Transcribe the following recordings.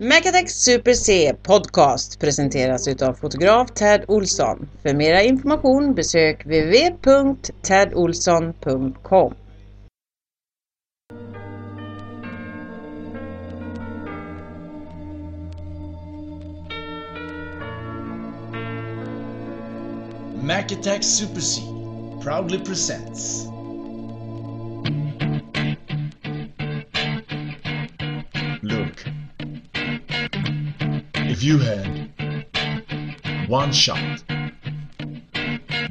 Megatech Super C Podcast presenteras utav fotograf Ted Olsson. För mera information besök www.tedolsson.com. Mac Attack Super C proudly presents Look, if you had one shot,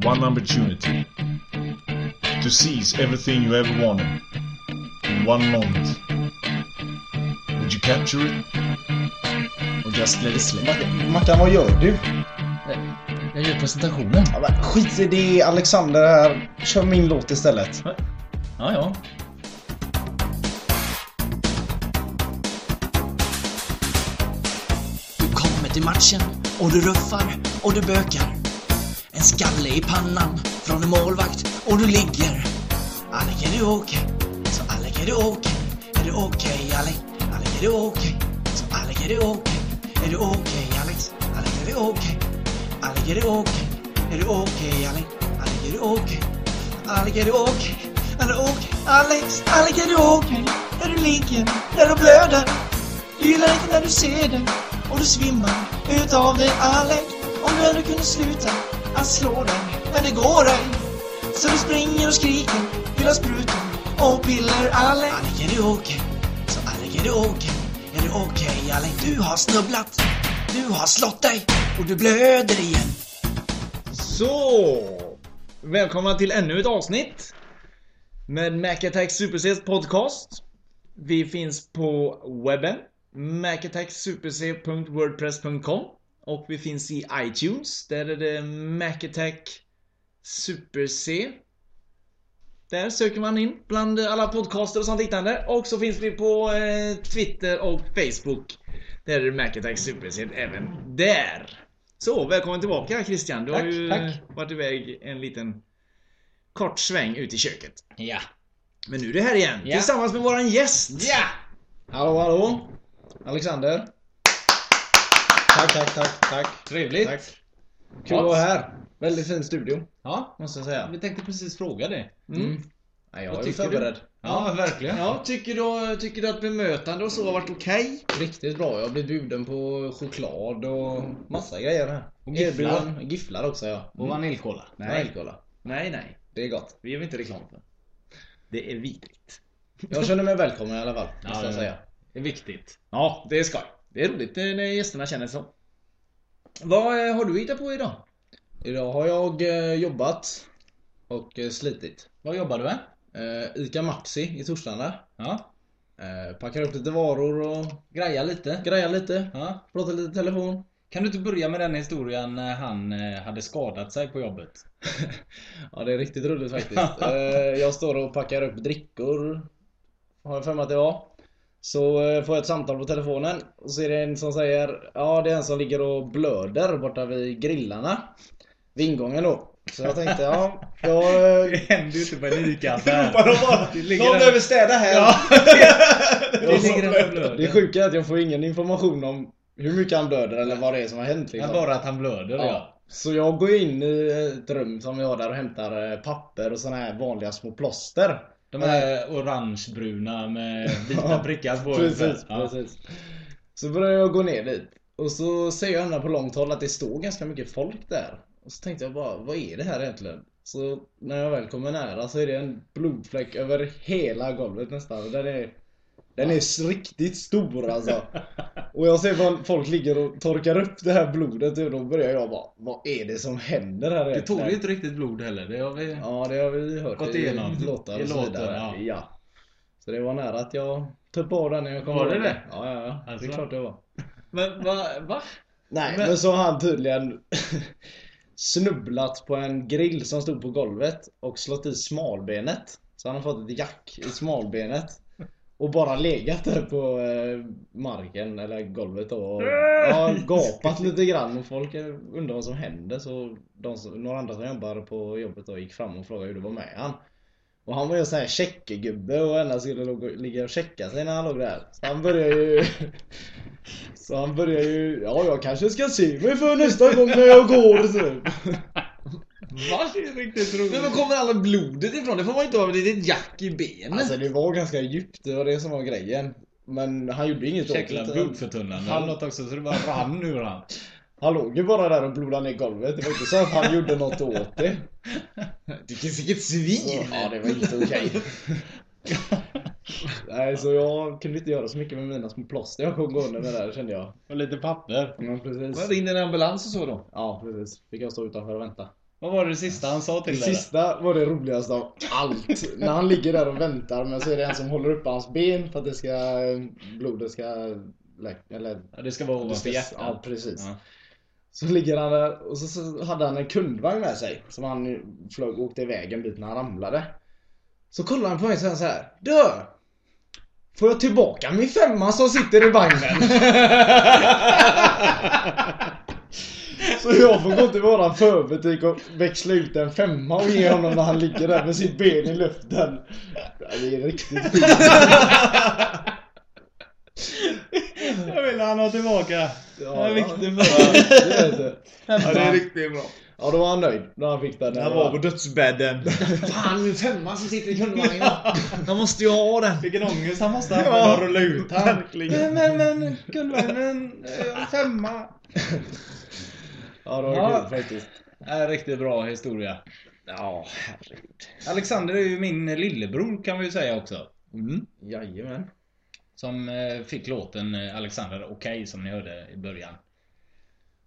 one opportunity to seize everything you ever wanted in one moment, would you capture it or just let it slip? Mackan- Mackan, vad gör du? Jag gör presentationen. Ja, men Skit i det, Alexander här. Kör min låt istället. Ja, ja. Du kommer till matchen och du ruffar och du bökar. En skalle i pannan från en målvakt och du ligger. Alec är du okej? Så Alec är du okej? Är du okej Alec? Alec är du okej? Så Alec är du okej? Är du okej Alex? Alec är du okej? Alec är du okej? Är du okej Alec? Alec är du okej? Alec är du okej? Är du okej? Alex? Alec är du okej? När du ligger? När du blöder? Du gillar inte när du ser det och du svimmar utav det Alec. Om du aldrig kunde sluta att slå dig, men det går ej. Så du springer och skriker, vill ha sprutor och piller Alec. Alec, är du okej? Så Alec, är du okej? Är du okej Alec? Du har snubblat, du har slått dig och du blöder igen. Så! Välkomna till ännu ett avsnitt med Mac Attack Super Cs podcast. Vi finns på webben, macattacksuperc.wordpress.com och vi finns i iTunes. Där är det Mac Attack Super C. Där söker man in bland alla podcaster och sånt liknande. Och så finns vi på eh, Twitter och Facebook. Där är det Mac Attack Super C även där. Så, välkommen tillbaka Christian. Du har Tack, ju tack. varit iväg en liten kort sväng ut i köket. Ja. Men nu är du här igen, Ja. tillsammans med våran gäst! Ja! Hallå, hallå. Alexander. Tack, tack, tack, tack. Trevligt. Tack. Kul att vara här. Väldigt fin studio, Ja, måste jag säga. vi tänkte precis fråga dig. Mm. Ja, jag Vad är ju tycker du? förberedd. Ja, verkligen. Ja, tycker du, tycker du att bemötande och så har varit okej? Riktigt bra. Jag blev bjuden på choklad och massa grejer här. Och gifflar. Erbjuden- Gifflar också, ja. Och vaniljkola. Nej. Välkolla. Nej, nej. Det är gott. Vi gör inte reklam för. Det är vidrigt. Jag känner mig välkommen i alla fall, måste jag ja. säga. Det är viktigt. Ja, det är skoj. Det är roligt eh, när gästerna känner så. Vad eh, har du hittat på idag? Idag har jag eh, jobbat och eh, slitit. Vad jobbar du med? Eh, Ica Maxi i Torslanda. Ja. Eh, packar upp lite varor och Greja lite. grejar lite. Ja. Pratar lite telefon. Kan du inte börja med den historien när han eh, hade skadat sig på jobbet? Ja, det är riktigt roligt faktiskt. Eh, jag står och packar upp drickor. Har jag för mig att det var. Så eh, får jag ett samtal på telefonen och så är det en som säger Ja det är en som ligger och blöder borta vid grillarna. Vid ingången då. Så jag tänkte ja, jag eh, händer ju inte på en Bara ICA-affär. de bara, Det de ligger en- behöver städa här. Det ligger en som blöder. det sjuka är att jag får ingen information om hur mycket han blöder eller vad det är som har hänt. Men Liksom. bara att han blöder ja. ja. Så jag går in i ett rum som vi har där och hämtar eh, papper och såna här vanliga små plåster. Eh, De här orangebruna med vita Ja, prickar på. Precis, Ja. precis. Så börjar jag gå ner dit. Och så ser jag ändå på långt håll att det står ganska mycket folk där. Och så tänkte jag bara, vad är det här egentligen? Så när jag väl kommer nära så är det en blodfläck över hela golvet nästan. Och Den är, den är s- riktigt stor alltså. Och jag ser vad folk ligger och torkar upp det här blodet och då börjar jag bara, vad är det som händer här Det tål egentligen? ju inte riktigt blod heller. Det har vi... Ja, det har vi hört Gått i igenom. låtar I och så låtar, vidare. ja. Så det var nära att jag tuppade av den när jag kom Var det ihåg det? Ja, ja, ja. Alltså. Det är klart det var. Men va? va? Nej, Men- men, så har han tydligen snubblat på en grill som stod på golvet och slått i smalbenet. Så han har fått ett jack i smalbenet. Och bara legat där på eh, marken eller golvet då och ja, gapat lite grann och folk eh, undrar vad som händer så de som, några andra som jobbar på jobbet då gick fram och frågade hur det var med han. Och han var ju en sån här checkegubbe och ena skulle låg- ligga och checka sig när han låg där. Så han började ju Så han börjar ju, ja jag kanske ska se mig för nästa gång när jag går typ. Va? Det är riktigt roligt. Men var kommer alla blodet ifrån? Det får man inte ha, det är ett jack i benen. Alltså det var ganska djupt, det var det som var grejen. Men han gjorde inget åt Jäkla det. blodförtunnande Han- eller något också så det bara rann ur han. Han låg ju bara där och blodade ner golvet. Det var inte så att han gjorde något åt det. Vilket, vilket svin! Ja, det var inte okej. Nej, så jag kunde inte göra så mycket med mina små plåster jag kom gående med där kände jag. Och lite papper. Ja, Man precis. ringde en ambulans och så då. Ja, precis. Fick jag stå utanför och vänta. Vad var det sista han sa Det till dig? sista var det roligaste av allt. När han ligger där och väntar men så är det en som håller upp hans ben för att det ska, eh, blodet ska läk- eller Ja, Det ska vara det ska- ovanför hjärtat. Ja, precis. Ja. Så ligger han där och så, så hade han en kundvagn med sig som han flög, åkte iväg en bit när han ramlade. Så kollar han på mig och säger så här. Du! Får jag tillbaka min femma som sitter i vagnen? så jag får gå till våran förbutik och växla ut en femma och ge honom när han ligger där med sitt ben i luften. Ja, Det är riktigt fint. Jag vill han ha tillbaka. Ja, Ja, ja. viktigt för Det vet du. Ja, det är riktigt bra. Ja, då var han nöjd när han fick den. dödsbädden. Fan, min femma som sitter i kundvagnen. Jag måste ju ha den. Vilken ångest han måste ha haft Ja, när de rullade ut han. verkligen. Men, men, men, kundvagnen, eh, femma. Ja, det var Ja. kul faktiskt. Äh, riktigt bra historia. Ja, herregud. Alexander är ju min lillebror kan vi ju säga också. Mm. Jajamän. Som eh, fick låten eh, Alexander Okej som ni hörde i början.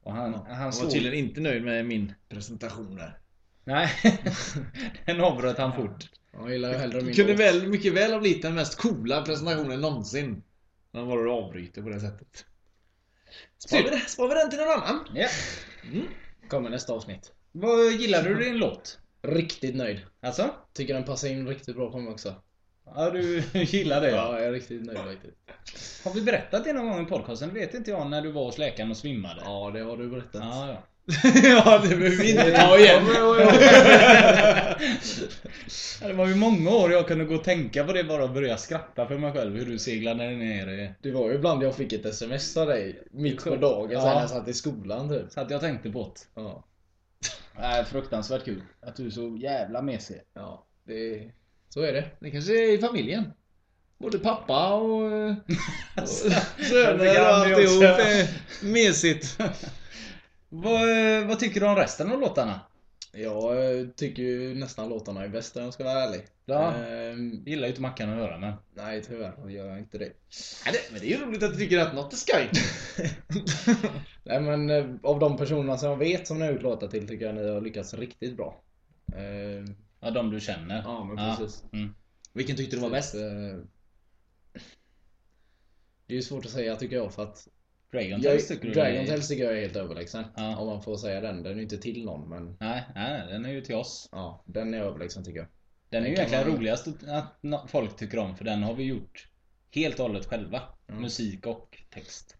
Och han, han Han var såg... tydligen inte nöjd med min presentation där. Nej, den avbröt han fort. Jag gillar ju hellre min Kunde låt. väl, mycket väl ha blivit den mest coola presentationen någonsin. Men var det avbryter på det sättet. Spar Typ. vi, den- spar vi den till någon annan? Ja. Kommer nästa avsnitt. Vad gillar du din låt? Riktigt nöjd. Alltså? Tycker den passar in riktigt bra på mig också. Ja, du gillar det ja. Ja, jag är riktigt nöjd faktiskt. Har vi berättat det någon gång i podcasten? vet inte jag när du var hos läkaren och svimmade. Ja, det har du berättat. ja, ja. ja, det behöver vi inte ta igen. Ja, Det var ju många år jag kunde gå och tänka på det bara och börja skratta för mig själv hur du seglade ner. i- Det var ju ibland jag fick ett sms av dig mitt på Ja. dagen sen när jag satt i skolan typ. Så att jag tänkte på det. Ja. Nej, fruktansvärt kul. Att du är så jävla mesig. ja det... Så är det. Det kanske är i familjen. Både pappa och, eh, och jag tycker söner och han det alltihop. också. eh, Mesigt. Vad, eh, vad tycker du om resten av låtarna? Jag eh, tycker ju nästan låtarna är bäst om jag ska vara ärlig. Ja. Ehm, Jag gillar ju inte Mackan att höra men. nej, tyvärr gör jag inte det. Ja, det- Men det är ju roligt att du tycker att något är skoj. Nej men eh, av de personerna som jag vet som ni har gjort låtar till tycker jag ni har lyckats riktigt bra. Ehm, Ja, de du känner. ja men precis. Mm. Vilken tyckte du var bäst? Eh, Det är ju svårt att säga tycker jag för att Dragon jag, Tales tycker du Dragon är- Tales tycker jag är helt överlägsen. Ja. Om man får säga den. Den är ju inte till någon men Nej, nej, den är ju till oss. ja, den är överlägsen tycker jag. Den är ju Den kan egentligen man- roligast att- att no- folk tycker om för den har vi gjort helt och hållet själva. Mm. Musik och text.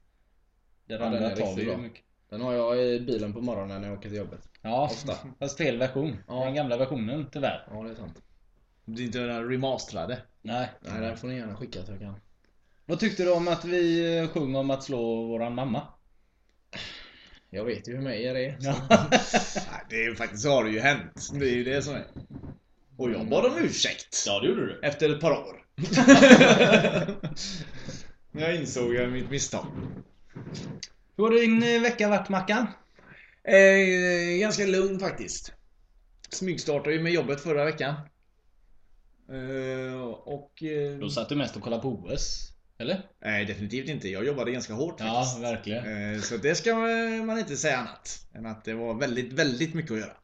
Den Ja, den andra är tar riktigt vi ju bra. mycket. Den har jag i bilen på morgonen när jag åker till jobbet. Ja, Ofta. fast fel version. Ja. Den gamla versionen tyvärr. Ja det är sant. Det är inte den remasterade. Nej. Nej den får ni gärna skicka så jag kan. Vad tyckte du om att vi eh, sjöng om att slå våran mamma? Jag vet ju hur Meyer är. Nej, Det är ju faktiskt så har det ju hänt. Det är ju det som är. Och jag bad om ursäkt. Ja, det gjorde du. Efter ett par år. När jag insåg jag mitt misstag. Hur har din eh, vecka varit Mackan? Eh, ganska lugn faktiskt. Smygstartade ju med jobbet förra veckan. Eh, och... Eh, Då satt du mest och kollade på OS. Eller? nej, definitivt inte. Jag jobbade ganska hårt Ja, faktiskt. verkligen. Eh, så det ska man inte säga annat. Än att det var väldigt, väldigt mycket att göra.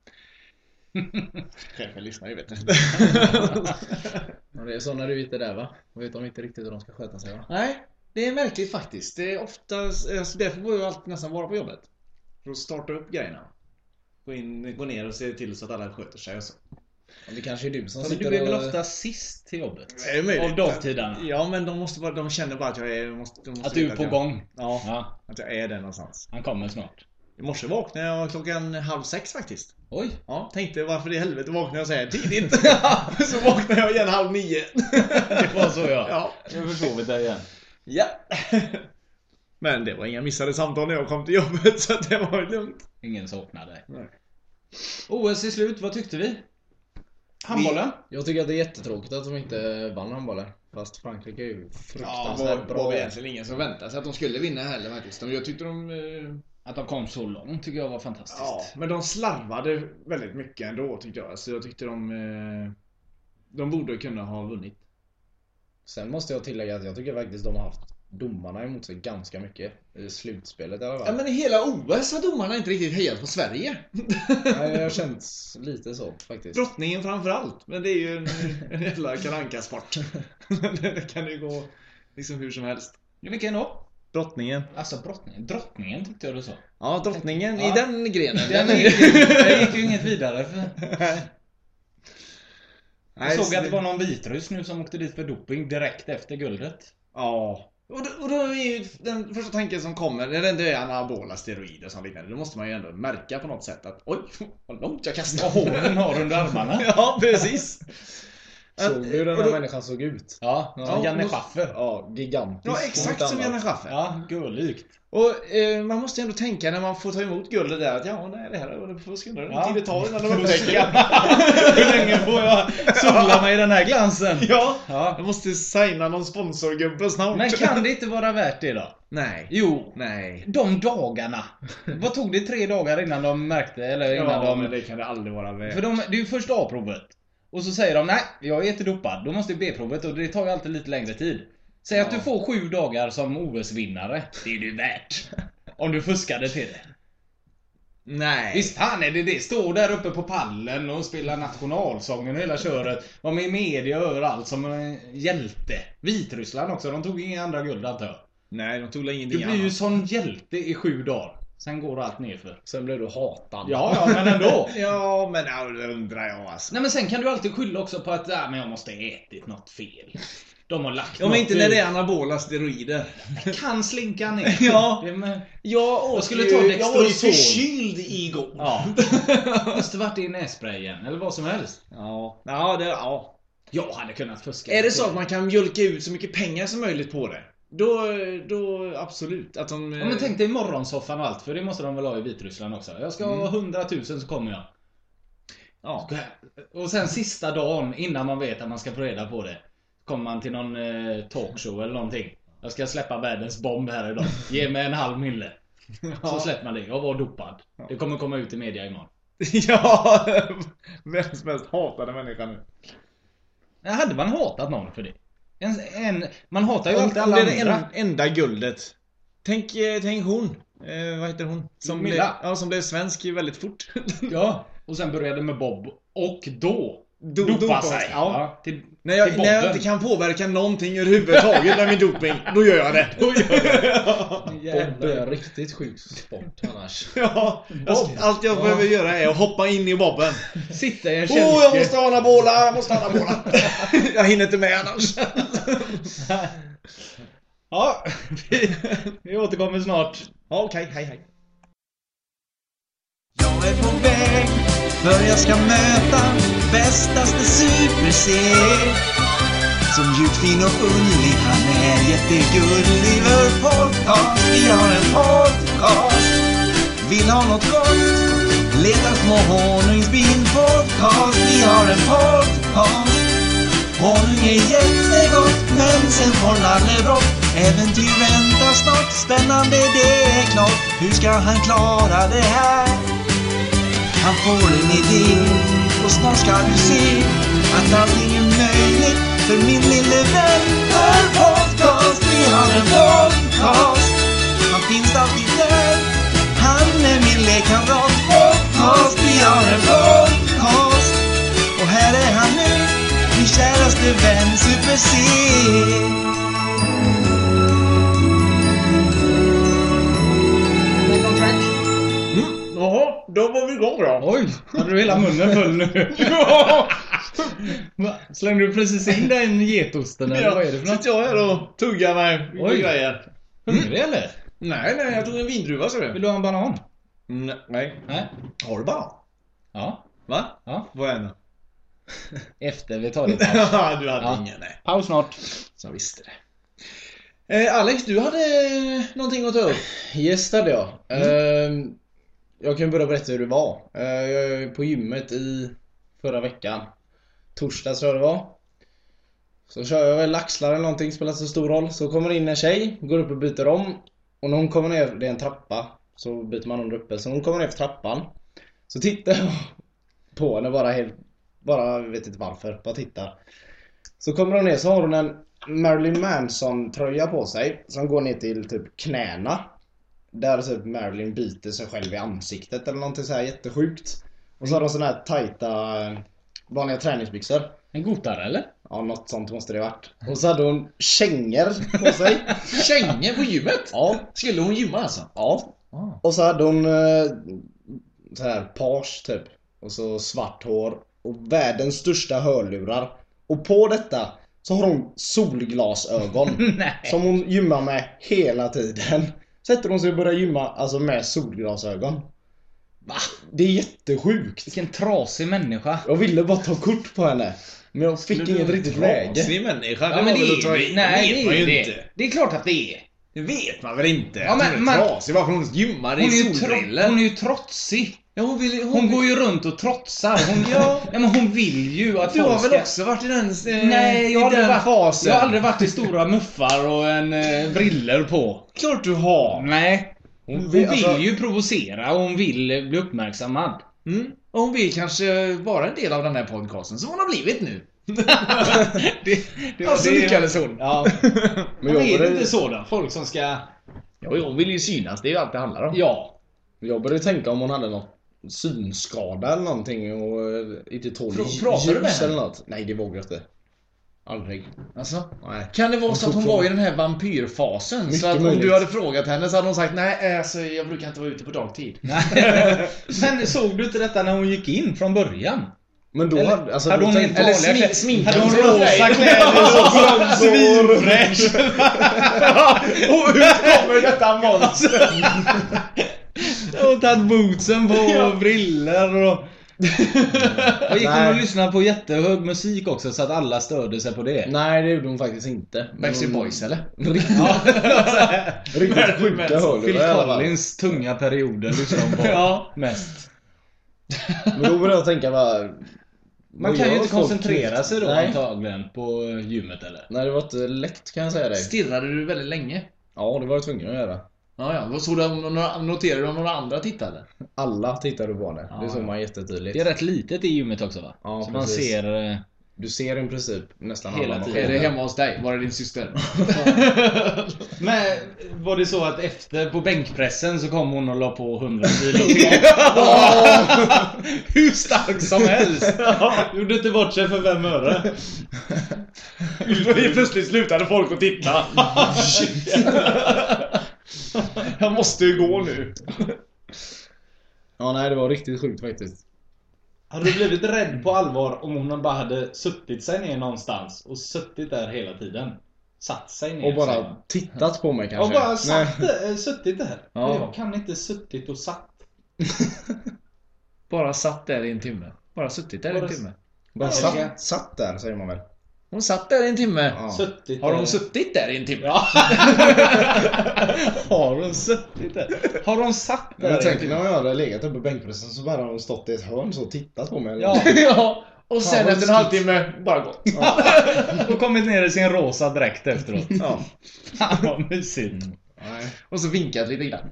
Chefen lyssnar ju vet du. Ja, det är så när du inte är där va? Då vet de inte riktigt hur de ska sköta sig va? Nej, det är märkligt faktiskt. Det är ofta, alltså därför får jag alltid nästan vara på jobbet. För att starta upp grejerna. Gå, in, gå ner och se till så att alla sköter sig och så. Ja, Det kanske är du som Men sitter du är väl och... ofta sist till jobbet? Det är möjligt. Av dagtidarna? Ja, men de, måste bara, de känner bara att jag är... Måste, de måste Att du veta är på jag- gång? Ja, Ja, att jag är där någonstans. han kommer snart. I morse vaknade jag klockan halv sex faktiskt. Oj! Ja, tänkte varför i helvete vaknade jag så här tidigt? så vaknade jag igen halv nio. Det var så ja. ja. Nu försov vi dig igen. Ja. Men det var inga missade samtal när jag kom till jobbet så att det var ju lugnt. Ingen saknar dig. Nej. OS är slut, vad tyckte vi? Handbollen? Jag tycker att det är jättetråkigt att de inte vann handbollen. Fast Frankrike är ju Ja, fruktansvärt var, bra. var vi egentligen ingen som väntade sig att de skulle vinna heller faktiskt. De- Jag tyckte de... eh, Att de kom så långt tycker jag var fantastiskt. Ja, men de slarvade väldigt mycket ändå tyckte jag. Så jag tyckte de... eh, De borde kunna ha vunnit. Sen måste jag tillägga att jag tycker faktiskt de har haft domarna emot sig ganska mycket. I slutspelet i alla fall. Ja, men i hela OS har domarna inte riktigt hejat på Sverige. Nej, jag har känt lite så faktiskt. Brottningen framför allt. Men det är ju en, en jävla Kalle sport Det kan ju gå liksom hur som helst. Vilken då? Drottningen. Alltså brottningen. Drottningen tyckte jag du sa. Ja, drottningen Ja. i den grenen. Den gick, den gick ju inget vidare. För jag Nej, såg att det var någon vitryss nu som åkte dit för doping direkt efter guldet. Ja. Och då, och då är ju den första tanken som kommer, när det ändå är anabola steroider och sånt liknande, då måste man ju ändå märka på något sätt att oj, vad långt jag Vad kastar. håren har under armarna. ja, precis. Såg du hur den här människan såg ut? Ja, som Ja, Janne måste- Schaffer. Ja, gigantisk. Ja, exakt Mot som annat. Janne Schaffer. Ja, gulligt. Och eh, man måste ju ändå tänka när man får ta emot guldet där att ja, nej, det här är- vad ska undra hur lång Ja. tid det tar innan de upptäcker det. Hur länge får jag sola mig i den här glansen? Ja, Ja. jag måste signa någon sponsorgubbe snart. Men kan det inte vara värt det då? Nej. Jo, Nej. de dagarna. Vad tog det tre dagar innan de märkte, eller innan Ja, de... men det kan det aldrig vara värt. För de, det är ju första A-provet. Och så säger de nej, jag är inte dopad. Då måste det B-provet och det tar ju alltid lite längre tid. Säg att du får sju dagar som OS-vinnare. Det är ju värt. Om du fuskade till det. Nej. Visst fan är det det. Stå där uppe på pallen och spela nationalsången och hela köret. Var med i media överallt som en hjälte. Vitryssland också. De tog inga andra guld antar jag. Nej, de tog Du ingenting blir ju sån hjälte i sju dagar. Sen går allt nerför. Sen blev du hatad. Ja, ja, men ändå. Ja, men ja, det undrar jag alltså. Nej men sen kan du alltid skylla också på att ah, men jag måste ha ätit något fel. De har lagt Ja, men inte när det i. är anabola steroider. Det kan slinka ner. Ja. Det är med- Jag, åt skulle ju- ta Jag var ju Dextrosol. förkyld igår. ja. Måste varit i nässprayen eller vad som helst. Ja. Ja, det, ja. Jag hade kunnat fuska. Är det så att man kan mjölka ut så mycket pengar som möjligt på det? Då, då absolut. Att de... Ja, men tänk dig morgonsoffan och allt, för det måste de väl ha i Vitryssland också. Jag ska Mm. ha 100 000 så kommer jag. ja. Och sen sista dagen innan man vet att man ska få reda på det. Kommer man till någon eh, talkshow eller någonting. Jag ska släppa världens bomb här idag. Ge mig en halv mille. Så släpper man det. Jag var dopad. Det kommer komma ut i media imorgon. ja. Vem som helst hatade människan nu. Ja, Hade man hatat någon för det? En, en, man hatar ju Om, om alltid det alla är det andra. en, enda guldet. Tänk, eh, tänk hon. Eh, vad heter hon? Som blev, Milla. ja, som blev svensk väldigt fort. Ja. Och sen började med Bob. Och då Do- dopa dopa sig. sig. Ja. Till, När jag, till när jag bobben. inte kan påverka någonting överhuvudtaget med min doping, då gör jag det. Bob är en Jävlar. riktigt sjuk sport annars. Ja, jag ska, allt jag behöver göra är att hoppa in i bobben. Sitta i en Åh, kälke. jag måste ha anabola, jag måste ha anabola. jag hinner inte med annars. Ja, vi, vi återkommer snart. Ja, Okej, hej hej. Jag är på väg för jag ska möta bästaste super-C Som djupt fin och underlig han är jättegullig Vår podcast, vi har en podcast Vill ha något gott? Letar små honungsbin podcast Vi har en podcast Honung är jättegott men sen får Nalle bråck Äventyr väntar snart, spännande det är klart Hur ska han klara det här? Han får en idé och snart ska du se att allting är möjligt för min lille vän. För podcast, vi har en podcast. Han finns alltid där. Han är min lekkamrat. Podcast, vi har en podcast. Och här är han nu, min käraste vän Super-C. Jaha, då var vi igång då. Oj, hade du hela munnen full nu? Ja, Va? Slängde du precis in den getosten eller vad är det för något? sitter jag här och tuggar mig Oj. Oj. grejer. Hungrig Mm. eller? Nej, nej, jag tog en vindruva ser Vill du. du ha en banan? Mm, Nej. Nej? Har du bara? Ja. Va? ja. Vad är det? Efter vi tar det. du hade Ja. ingen, nej. Paus snart. Så jag visste det. Eh, Alex, du hade eh, någonting att ta upp. Gästade jag. Ehm, jag kan börja berätta hur det var. Eh, jag är på gymmet i förra veckan. Torsdag tror jag det var. Så kör jag väl axlar eller någonting, spelar inte så stor roll. Så kommer det in en tjej, går upp och byter om. Och när hon kommer ner, det är en trappa, så byter man om där uppe. Så hon kommer ner för trappan. Så tittar jag på henne bara helt, bara vet inte varför, bara tittar. Så kommer hon ner så har hon en Marilyn Manson tröja på sig som går ner till typ knäna. Där typ Marilyn biter sig själv i ansiktet eller någonting så här jättesjukt. Och så har de såna här tajta eh, vanliga träningsbyxor. En gotare eller? Ja, något sånt måste det varit. Och så hade hon kängor på sig. Kängor på gymmet? Ja, Skulle hon gymma alltså? ja. Ah. Och så hade hon eh, så här page typ. Och så svart hår. Och världens största hörlurar. Och på detta så har hon solglasögon. Nej. som hon gymmar med hela tiden. Sätter hon sig och börjar gymma alltså med solglasögon. Va? Det är jättesjukt. Vilken trasig människa. Jag ville bara ta kort på henne. Men jag fick inget riktigt läge. Trasig människa, Ja, men det är ta det. i. Nej, vet det man är ju det. inte. Det är klart att det är. Det vet man väl inte? Ja, att men hon är man- trasig, varför hon gymmar Hon i är ju, tro- solbrillor. hon är ju trotsig. Ja, hon vill, hon Hon vill- går ju runt och trotsar. Hon, ja. Nej, men hon vill ju att Du har folk väl ska... också varit i den, eh, Nej, jag i har, aldrig den varit, fasen? jag har aldrig varit i stora muffar och en eh, briller på. Klart du har! Nej. Hon, Hon hon vill- vill alltså- ju provocera och hon vill eh, bli uppmärksammad. Mm. Och hon vill kanske vara en del av den här podcasten som hon har blivit nu. Det, det, alltså det- lyckades hon! Ja. Men Men är jag det inte började, så då? Folk som ska... Jo, hon vill ju synas, det är ju allt det handlar om. Ja. jag började tänka om hon hade någon synskada eller någonting och eh, inte tål Pra- ljus pratar du med henne? eller något. Nej, det vågar jag inte. Aldrig. Alltså, Nej. kan det vara så att hon var i den här vampyrfasen? Så att om möjligt. du hade frågat henne så hade hon sagt nej, alltså, jag brukar inte vara ute på dagtid. Men såg du inte detta när hon gick in från början? Men då Eller- hade... Alltså, hade då hon tänkte- helt eller vanliga smi- smink- kläder? Hade hon Rosa rosa kläder? Svinfräsch! Och hur kommer detta monster? Och tagit bootsen på och briller och... Och gick hon Nej. och lyssnade på jättehög musik också så att alla störde sig på det. Nej, det gjorde hon faktiskt inte. Men Backstreet hon- Boys eller? Riktigt, riktigt sjuka Phil hörlurar i alla fall. Collins tunga perioder lyssnade hon på Ja. mest. Men då började jag tänka bara... Man vad kan ju gör inte folk koncentrera knäckt? sig då Nej. antagligen på gymmet eller? Nej, det var inte lätt kan jag säga dig. Stirrade du väldigt länge? Ja, det var jag tvungen att göra. Ja, ja. Vad såg du om några, noterade du om några andra tittade? Alla tittade på henne. Ja. Det såg man Det är jättetydligt. rätt litet i gymmet också va? Ja, så man precis. ser... eh, Du ser i princip nästan Hela alla tiden. Är maskiner. det hemma hos dig? Var är din syster? Men var det så att efter på bänkpressen så kom hon och la på 100 kilo Hur stark som helst! Gjorde inte bort sig för fem öre. Plötsligt slutade folk att titta. Jag måste ju gå nu. Ja, nej, det var riktigt sjukt faktiskt. Hade du blivit rädd på allvar om hon bara hade suttit sig ner någonstans och suttit där hela tiden? Satt sig ner? Och säger bara man. tittat på mig Ja, kanske. bara Nej. satt, eh, suttit där. Ja. Jag kan inte suttit och satt. Bara satt där i en timme. Bara suttit där i en Bara- timme. Bara Ja, satt, satt där, säger man väl? Hon satt där i en timme. Ja. Suttit Har där. hon suttit där i en timme? Ja. har hon suttit där? Har hon satt Men där? jag tänker när jag hade legat uppe på bänkpressen så bara hade hon stått i ett hörn så och tittat på mig. Ja. ja. Och sen vad efter en halvtimme, bara gått. Och kommit ner i sin rosa dräkt efteråt. ja. Mm. Fan vad mysigt. Nej. Och så vinkat lite grann.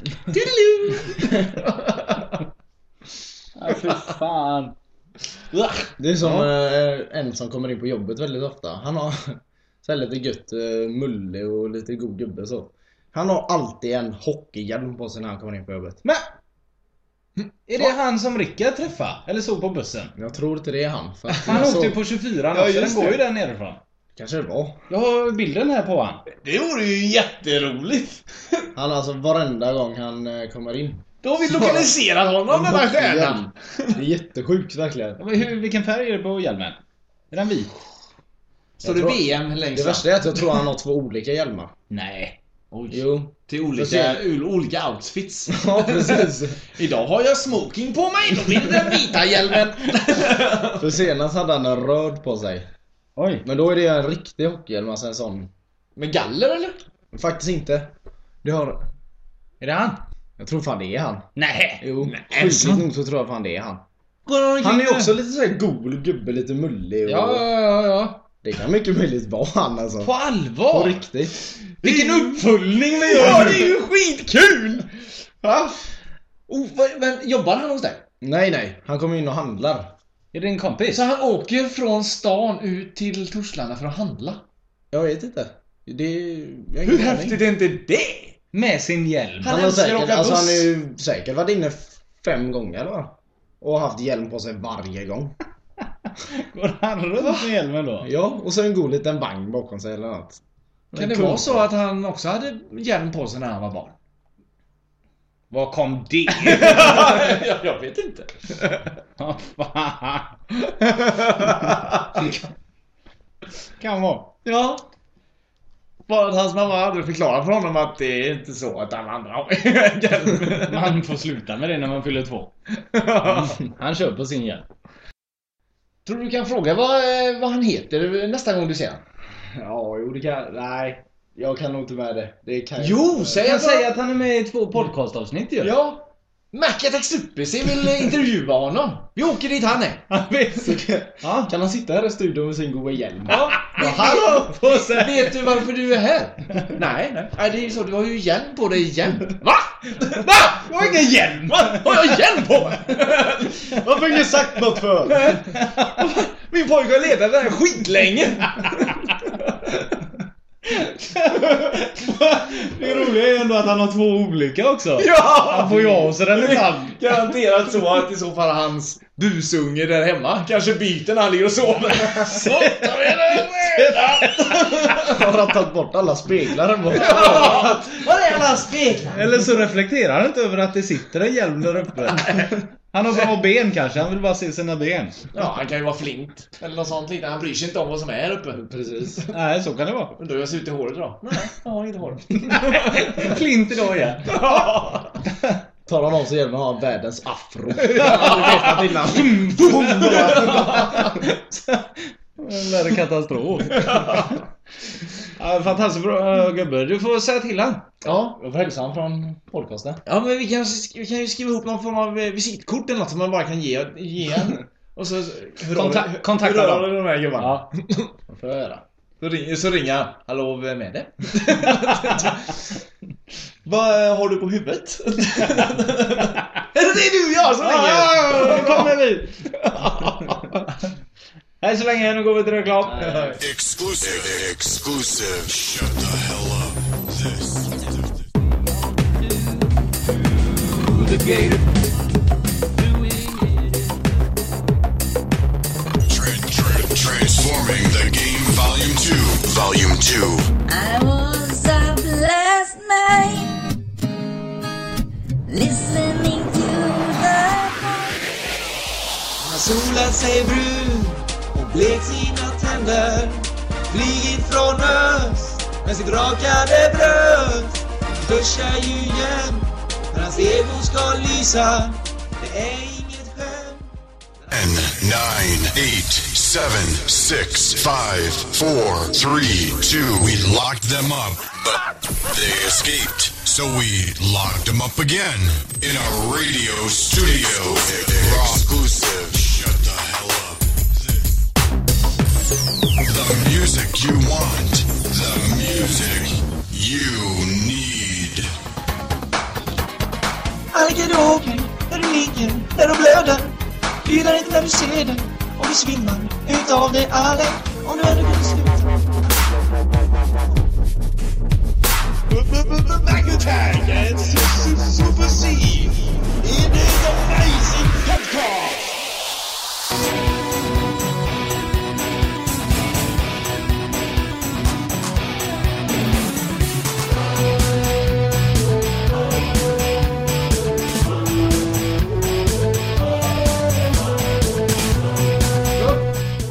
Ja, fy fan. Det är som eh, en som kommer in på jobbet väldigt ofta. Han har så här lite gött eh, mulle och lite god gubbe så. Han har alltid en hockeyhjälm på sig när han kommer in på jobbet. Men! Är det han som Rickard träffade? Eller såg på bussen? Jag tror inte det är han. För att Han jag åkte ju såg- på 24 Ja, också, den just går det. ju där nerifrån. Kanske det var. Jag har bilden här på han. Det vore ju jätteroligt. Han alltså varenda gång han eh, kommer in. Då har vi lokaliserat honom, denna stjärnan. Det är jättesjukt verkligen. Ja, men hur- Vilken färg är det på hjälmen? Är den vit? Står det tror- VM längst Det värsta är att jag tror han har två olika hjälmar. Nej. Oj. Jo. Till Får olika, se. ur olika outfits. Ja precis. Idag har jag smoking på mig, då blir det den vita hjälmen. För senast hade han en röd på sig. Oj. Men då är det en riktig hockeyhjälm, alltså en sån. Med galler eller? Faktiskt inte. Det har... Är det han? Jag tror fan det är han. Nej. Jo, Nej, är det sjukligt sant? nog så tror jag fan det är han. Bara de Han är ju kring- också lite såhär gol gubbe, lite mullig och... Ja, ja, ja, ja. Det kan mycket möjligt vara han alltså. På På allvar? riktigt. Vilken uppföljning vi gör! Ja, det är ju skitkul! Va? Oh, vad- men jobbar han hos dig? Nej, nej. Han kommer in och handlar. Är det en kompis? Så han åker från stan ut till Torslanda för att handla. Jag vet inte. Det är... jag har Hur ingen aning. häftigt är inte det? Med sin hjälm. Han, Han har älskar säkert, att åka alltså, buss. han är ju säkert varit inne f- fem gånger eller vad? Och haft hjälm på sig varje gång. Går han runt med hjälmen då? Ja, och så en god liten bang bakom sig eller något. Kan det kung. vara så att han också hade hjälm på sig när han var barn? Var kom det jag, jag vet inte. Ja, fan. kan vara. Ja. Bara att hans mamma aldrig förklarat för honom att det är inte så att alla andra har hjälm. Man får sluta med det när man fyller två. Han kör på sin hjälm. Tror du kan fråga vad, eh, vad han heter nästa gång du ser honom? Ja, jo det kan... Nej. Jag kan nog inte med det. Det kan jag Jo, inte. säg jag säger att han är med i två podcastavsnitt ju. Ja. Macattack Super vill eh, intervjua honom. Vi åker dit han är. Han vet. Så kan- Ja. Kan han sitta här i studion med sin goa hjälm? Hallå på sig. Vet du varför du är här? Nej, nej. nej det är ju så, du har ju hjälm på dig jämt. Va? Va? Jag har ingen hjälm! Har jag hjälm på mig? Varför har ingen sagt något för? Min pojke har letat efter den här skitlänge. Det roliga är ju ändå att han har två olika också. Ja! Han får ju av sig den ibland. Garanterat så att i så fall hans busunge där hemma kanske byter när han ligger och sover. Så, tar vi den redan. Har han tagit bort alla speglar där borta? Ja. Var är alla speglar? Eller så reflekterar han inte över att det sitter en hjälm där uppe. Han har bra ben kanske, han vill bara se sina ben. Ja, han kan ju vara flint. Eller något sånt liknande. Han bryr sig inte om vad som är här uppe. Precis. Nej, så kan det vara. Undrar hur jag ser ut i håret idag? Nej, jag har inget hår. Klint idag igen. Tar han av sig hjälmen har han världens afro. Han hade vetat innan. Det är en katastrof. Ja, fantastiskt bra äh, gubbe. Du får säga till han. Ja, Jag får hälsa han från podcasten. ja men vi kan, vi kan ju skriva ihop någon form av eh, visitkort eller något som man bara kan ge, ge en. Och så... Hur har Konta- du- hur- kontakta hur har dem. du de här gubbarna? Ja. Vad får jag göra? Så ringer, så ringer han. Hallå, vem är det? Vad har du på huvudet? är det det du gör som ringer? Nu kommer vi! Hej så länge, nu går vi till reklam. Exclusive. Exclusive. Shut the hell up. This. Tran- tran- Transforming the game, volume two. Volume two. I was up last night listening to the Han solat sig brun och blekt sina tänder Flygit från öst med sitt rakade bröst Han Duschar ju igen när hans ego ska lysa Det är inget skämt Ten, nine, eight, seven, six, five, four, three, two. We locked them up, but they escaped. So we locked them up again in a radio studio. Raw exclusive. Shut the hell up. The music you want. The music you need. Alger du åker, där du ligger, där du blöder Prylar inte när du ser den och du svimmar utav det alla Om du ändå kunde sluta Mac-attack and Super C It is amazing podcast Ja.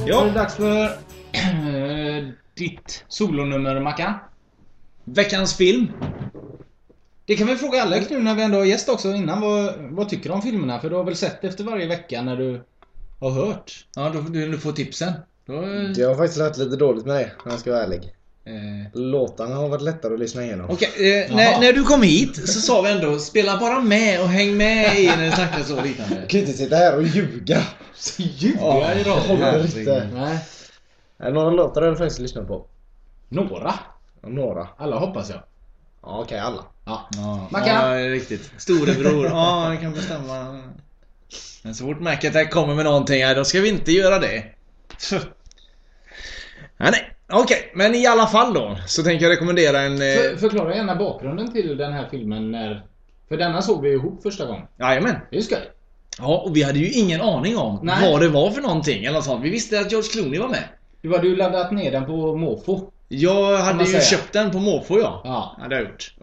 Då är det dags för eh, ditt solonummer, Mackan. Veckans film. Det kan vi fråga Alex nu när vi ändå har gäst också innan. Vad, vad tycker du om filmerna? För du har väl sett efter varje vecka när du har hört? Ja, då får du, du får tipsen. Då, eh, Jag har faktiskt lärt lite dåligt med det, om jag ska vara ärlig. Eh, Låtarna har varit lättare att lyssna igenom. Okej, eh, när, när du kom hit så sa vi ändå spela bara med och häng med i när du snackar så och liknande. Du kan ju inte sitta här och ljuga. Ljuga i Det håller inte. Nej. Nej, Några låtar har jag faktiskt lyssnat på. Några. Några. Alla hoppas jag. Ja, okej, alla. Ja. Ja, det är riktigt. Storebror. Ja, det kan bestämma. Men så fort Mac Attack kommer med någonting, här, då ska vi inte göra det. Ja, nej, okej. Men i alla fall då, så tänker jag rekommendera en... eh, För, förklara gärna bakgrunden till den här filmen när... För denna såg vi ju ihop första gången. Jajamän. Det är ju skoj. Ja, och vi hade ju ingen aning om Nej. vad det var för någonting eller sånt. Vi visste att George Clooney var med. Du hade ju laddat ner den på måfå. Jag hade man ju säga? köpt den på måfå ja. Ja. Hade jag gjort.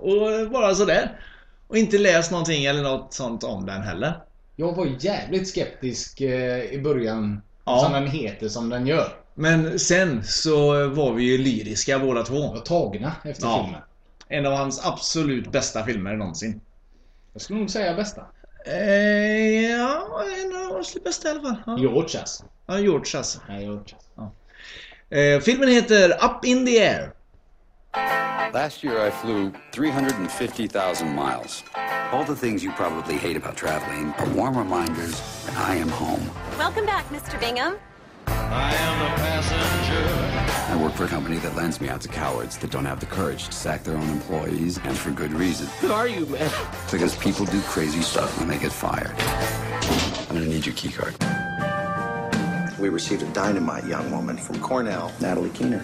och bara sådär. Och inte läst någonting eller något sånt om den heller. Jag var jävligt skeptisk eh, i början. Ja. Som den heter som den gör. Men sen så var vi ju lyriska båda två. Jag var tagna efter Ja. filmen. En av hans absolut bästa filmer någonsin. Jag skulle nog säga bästa. Eh, ja, en av hans bästa i alla fall. Ja, George alltså. ja George alltså. Nej, George alltså. Eh, filmen heter Up in the air. Last year, I flew 350,000 miles. All the things you probably hate about traveling are warm reminders that I am home. Welcome back, Mr. Bingham. I work for a company that lends me out to cowards that don't have the courage to sack their own employees, and for good reason. Who are you, man? Because people do crazy stuff when they get fired. I'm gonna need your key card. We received a dynamite young woman from Cornell, Natalie Keener.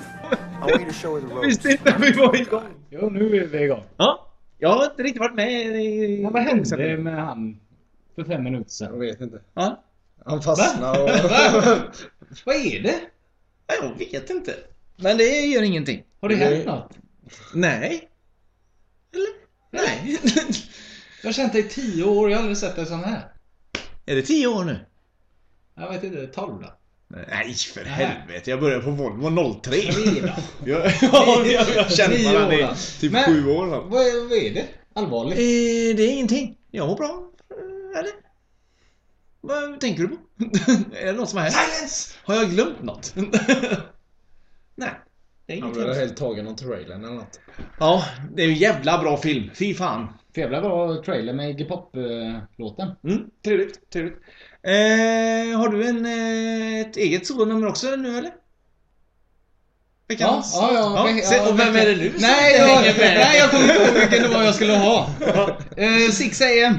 I want you to show her the ropes. Visste inte vi var igång. Jo, nu är vi igång. Ja, jag har inte riktigt varit med i... Vad hände med han för fem minuter Jag sedan? vet inte. Ja. Han fastnade och... Vad är det? Ja, Jag vet inte. Men det gör ingenting. Har det hänt något? Nej. Eller? Nej. Jag har känt dig i tio år, jag har aldrig sett dig sån här. är det tio år nu? Jag vet inte, tolv då? Nej för helvete, jag började på Volvo 03. Tre då? Jag, jag, jag, jag känner Nio varandra år, i va? typ Men- sju år. va? Vad är, vad är det? Allvarligt? Eh, det är ingenting. Jag mår bra. Eh, Eller? Vad tänker du på? är det något som har hänt? Silence! Har jag glömt något? Nej. Det är Han inget blev hemskt. helt tagen av trailern eller något. Ja, det är en jävla bra film. Fy fan. För jävla bra trailer med Iggy eh, Pop-låten. Mm, trevligt, trevligt. Eh, har du en, eh, ett eget solonummer också nu eller? Ja, Veckans? ja, ja, ve- se, ja, och vem vecka- är det nu som Nej, inte jag, hänger med? nej, jag kommer inte ihåg vilken det var jag skulle ha. Eh, 6 AM.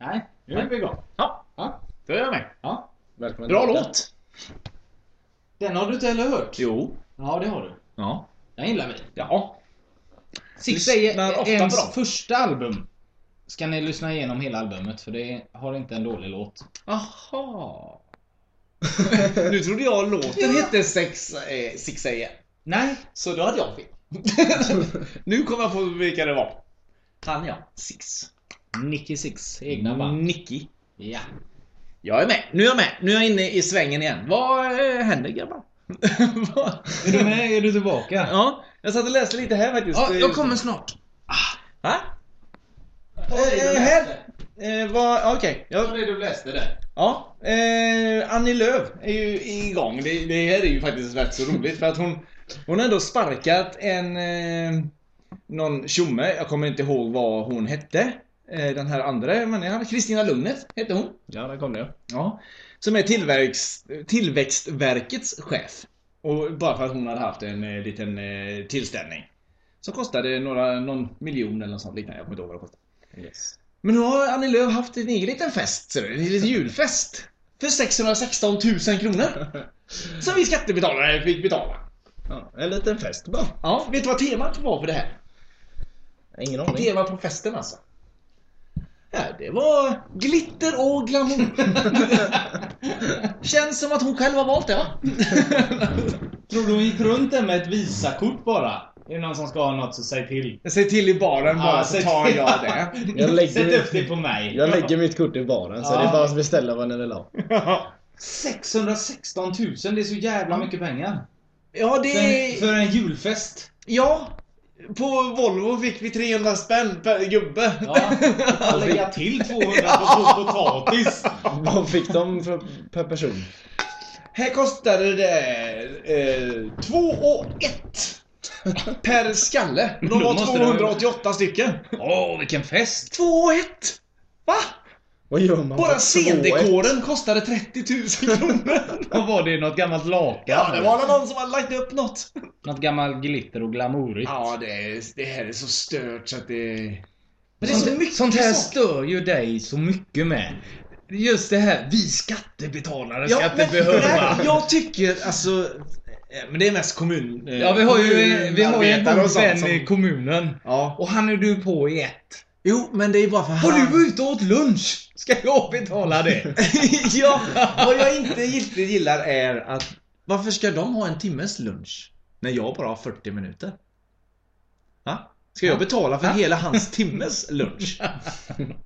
Nej, nu är vi igång. Ja, Ja, då är jag med. ja. Välkommen Bra tillbaka. låt! Den har du inte heller hört? Jo. Ja, det har du. Ja. Den gillar vi. Ja. Six Lyssnar ofta AMs på dem. första album. Ska ni lyssna igenom hela albumet för det har inte en dålig låt. Aha. nu trodde jag låten hette 6 eh, 6 AM. Nej. Så då hade jag fel. nu kommer jag på vilka det var. Han ja. Six. Nicky Six egna band. Nicky. Ja. Jag är med. Nu är jag med. Nu är jag inne i svängen igen. Vad eh, händer grabbar? Vad- Är du med? Är du tillbaka? Ja, jag satt och läste lite här faktiskt. Ja, jag Eh, kommer snart. Va? Eh, eh, här. Eh, vad- ja, Okej. Vad Jag- det du läste där? Ja. Eh, Annie Lööf är ju igång. Det, det här är ju faktiskt rätt så roligt för att hon, hon har ändå sparkat en... Eh, någon tjomme. Jag kommer inte ihåg vad hon hette. Eh, den här andra människan. Kristina Lugnet hette hon. Ja, där kom det. Ja. Som är tillväxt, Tillväxtverkets chef. Och bara för att hon hade haft en eh, liten eh, tillställning. Som kostade några, någon miljon eller något sånt liknande. Jag kommer inte ihåg vad det kostade. Yes. Men nu har Annie Lööf haft en egen liten fest, ser du. En liten julfest. För 616 000 kronor. Som vi skattebetalare fick betala. Ja, en liten fest bara. Ja, vet du vad temat var för det här? Ingen aning. Tema på festen alltså. Ja, det var glitter och glamour. Känns som att hon själv har valt det va? Tror du hon gick runt där med ett visakort bara? Är det någon som ska ha något så säg till. Säg till i baren bara Ja, så säg tar till. jag det. Jag lägger- Sätt upp det på mig. Jag lägger mitt kort i baren så Ja. det är bara att beställa vad ni vill ha. 616 000, det är så jävla mycket pengar. Ja det För en, är... för en julfest. Ja! På Volvo fick vi 300 spänn per gubbe. Ja. Och lägga till 200 på potatis. Vad fick de för, per person? Här kostade det 2 och ett per skalle. De Då var måste det- 288 stycken. Åh, vilken fest! 2 och ett! Va? Vad gör man? Bara för två ett? scendekoren kostade 30 000 kronor. Vad var det? Något gammalt lakan? Ja, det var väl någon som hade lagt upp något. Något gammalt glitter och glamourigt. Ja, det, är- det här är så stört så att det... Men det är så mycket sånt här saker. stör ju dig så mycket med. Just det här, vi skattebetalare ska inte men- behöva. nej, jag tycker alltså... eh, Men det är mest kommun... eh, Ja, vi har ju, vi har ju en kommunarbetare god och sånt vän som- i kommunen. Ja. Och han är du på i ett. Jo, men det är bara för Har han... du varit ute och åt lunch? Ska jag betala det? ja, vad jag inte riktigt gillar är att varför ska de ha en timmes lunch? När jag bara har 40 minuter? Va? Ska jag betala för hela hans timmes lunch?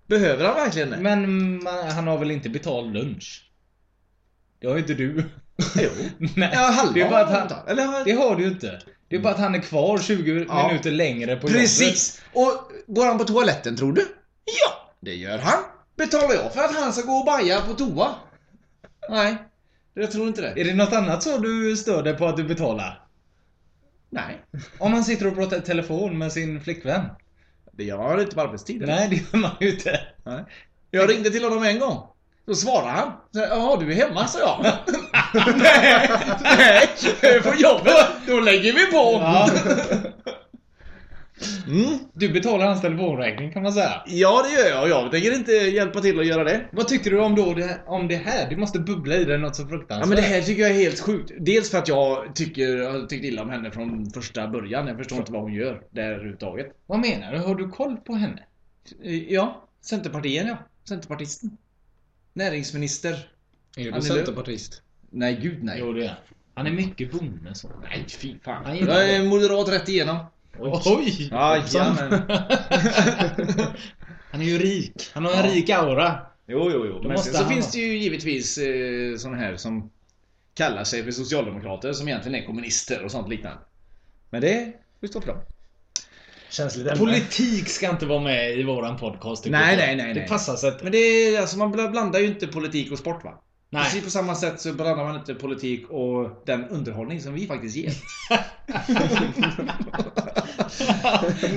Behöver han verkligen det? Men man, han har väl inte betalt lunch? Det har ju inte du. Jo. Nej, Ja, halva det, är bara att han, har- eller har- det har du ju inte. Det är bara att han är kvar 20 Ja. minuter längre på jobbet. Precis! Och går han på toaletten tror du? Ja, det gör han. Betalar jag för att han ska gå och baja på toa? Nej, jag tror inte det. Är det något annat så du stör dig på att du betalar? Nej. Om han sitter och pratar i telefon med sin flickvän? Det gör han inte på arbetstid. eller? Nej, det gör man ju inte. Nej. Jag ringde till honom en gång. Då svarade han. Så, Jaha, du är hemma, sa jag. nej, nej, jag är på jobbet. Då lägger vi på. Ja. Mm. Du betalar hans telefonräkning kan man säga. Ja, det gör jag. Jag tänker inte hjälpa till att göra det. Vad tyckte du om, då det, här- om det här? Det måste bubbla i dig något så fruktansvärt. Ja, men det här tycker jag är helt sjukt. Dels för att jag tycker, jag tyckte illa om henne från första början. Jag förstår inte vad hon gör där överhuvudtaget. Vad menar du? Har du koll på henne? Eh, Ja, Centerpartiet ja. Centerpartisten. Näringsminister. Är Han är Centerpartist. Nej, gud nej. Jo, det är han. Han är mycket bonde så. Nej, fy fan. Han gillar Jag det. är moderat rätt igenom. Oj! Jajamän. Han är ju rik. Han har en rik aura. Jo, jo, jo. Men måste sen så han finns ha. det ju givetvis eh, såna här som kallar sig för socialdemokrater som egentligen är kommunister och sånt liknande. Men det får stå för dem. Känns lite Politik ska inte vara med i våran podcast. tycker Nej, jag. nej, nej, Det nej. passar sig inte. Men det är, alltså man bla- blandar ju inte politik och sport va? Nej. Precis på samma sätt så blandar man inte politik och den underhållning som vi faktiskt ger.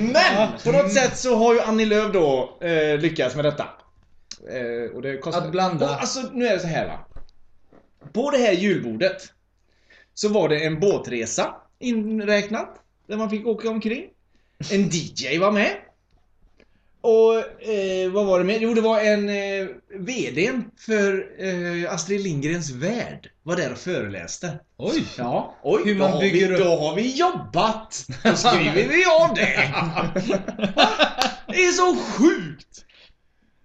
Men! På något sätt så har ju Annie Lööf då eh, lyckats med detta. Eh, och det kostar. Att blanda. Och, alltså nu är det så här va. På det här julbordet så var det en båtresa inräknat. Där man fick åka omkring. En DJ var med. Och eh, vad var det med? Jo, det var en eh, VDn för eh, Astrid Lindgrens Värld var där och föreläste. Oj! Ja, oj, Hur då, man har bygger vi, upp- då har vi jobbat! Då skriver vi av det! det är så sjukt!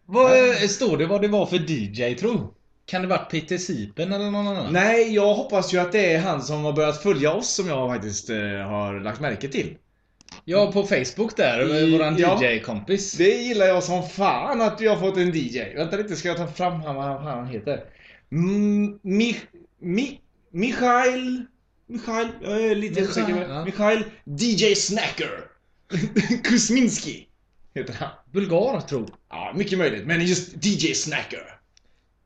Vad, eh, står det vad det var för DJ tro? Kan det varit Peter Sipen eller någon annan? Nej, jag hoppas ju att det är han som har börjat följa oss som jag faktiskt eh, har lagt märke till. Ja, på Facebook där. eh, I- våran ja. DJ-kompis. Det gillar jag som fan att vi har fått en DJ. Vänta lite, ska jag ta fram han, vad han han heter? Mm, Mich, Mi, Michael... Michael... Jag är lite Michael, osäker. ja. men- Michael DJ Snacker. Kuzminski heter han. Bulgar tro. Ja, mycket möjligt. Men just DJ Snacker.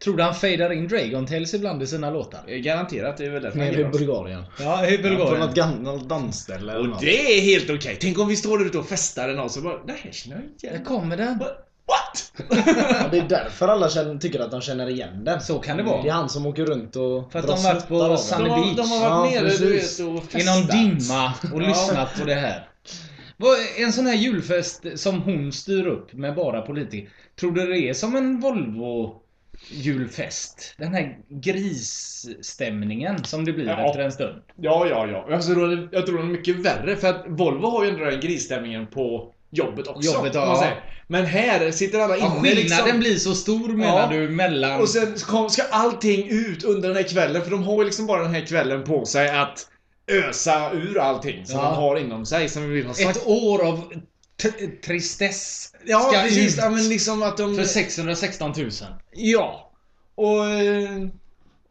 Tror du han fejdar in Dragon Tales ibland i sina låtar? Eh, Garanterat, det är väl därför han Nere gör i det. Bulgarien. Ja, i På Bulgarien. något gammalt dansställe eller Och något. det är helt okej. Tänk om vi står där ute och festar en dag så bara... Det här känner jag Där igen. kommer den. What? Ja, det är därför alla känner, tycker att de känner igen den. Så kan det Det är vara. han som åker runt och För att drar de varit på snuttar av Sunny De den. har, de har varit Ja, nere du precis. vet, och festat. I någon dimma och lyssnat på det här. Vad- En sån här julfest som hon styr upp med bara politiker. Tror du det är som en Volvo julfest? Den här grisstämningen som det blir Ja. efter en stund. Ja, ja, ja. Alltså, då är det- jag tror det är mycket värre för att Volvo har ju ändå den grisstämningen på jobbet också. Jobbet, om ja. man säger. Men här sitter alla inne Ja, skillnaden liksom. blir så stor menar Ja. du mellan... Och sen kom, ska allting ut under den här kvällen, för de har ju liksom bara den här kvällen på sig att ösa ur allting som Ja. de har inom sig, som vi vill ha sagt. Ett år av t- tristess Ja, ska precis. ut Ja, men liksom att de... för 616 000. Ja. Och... eh,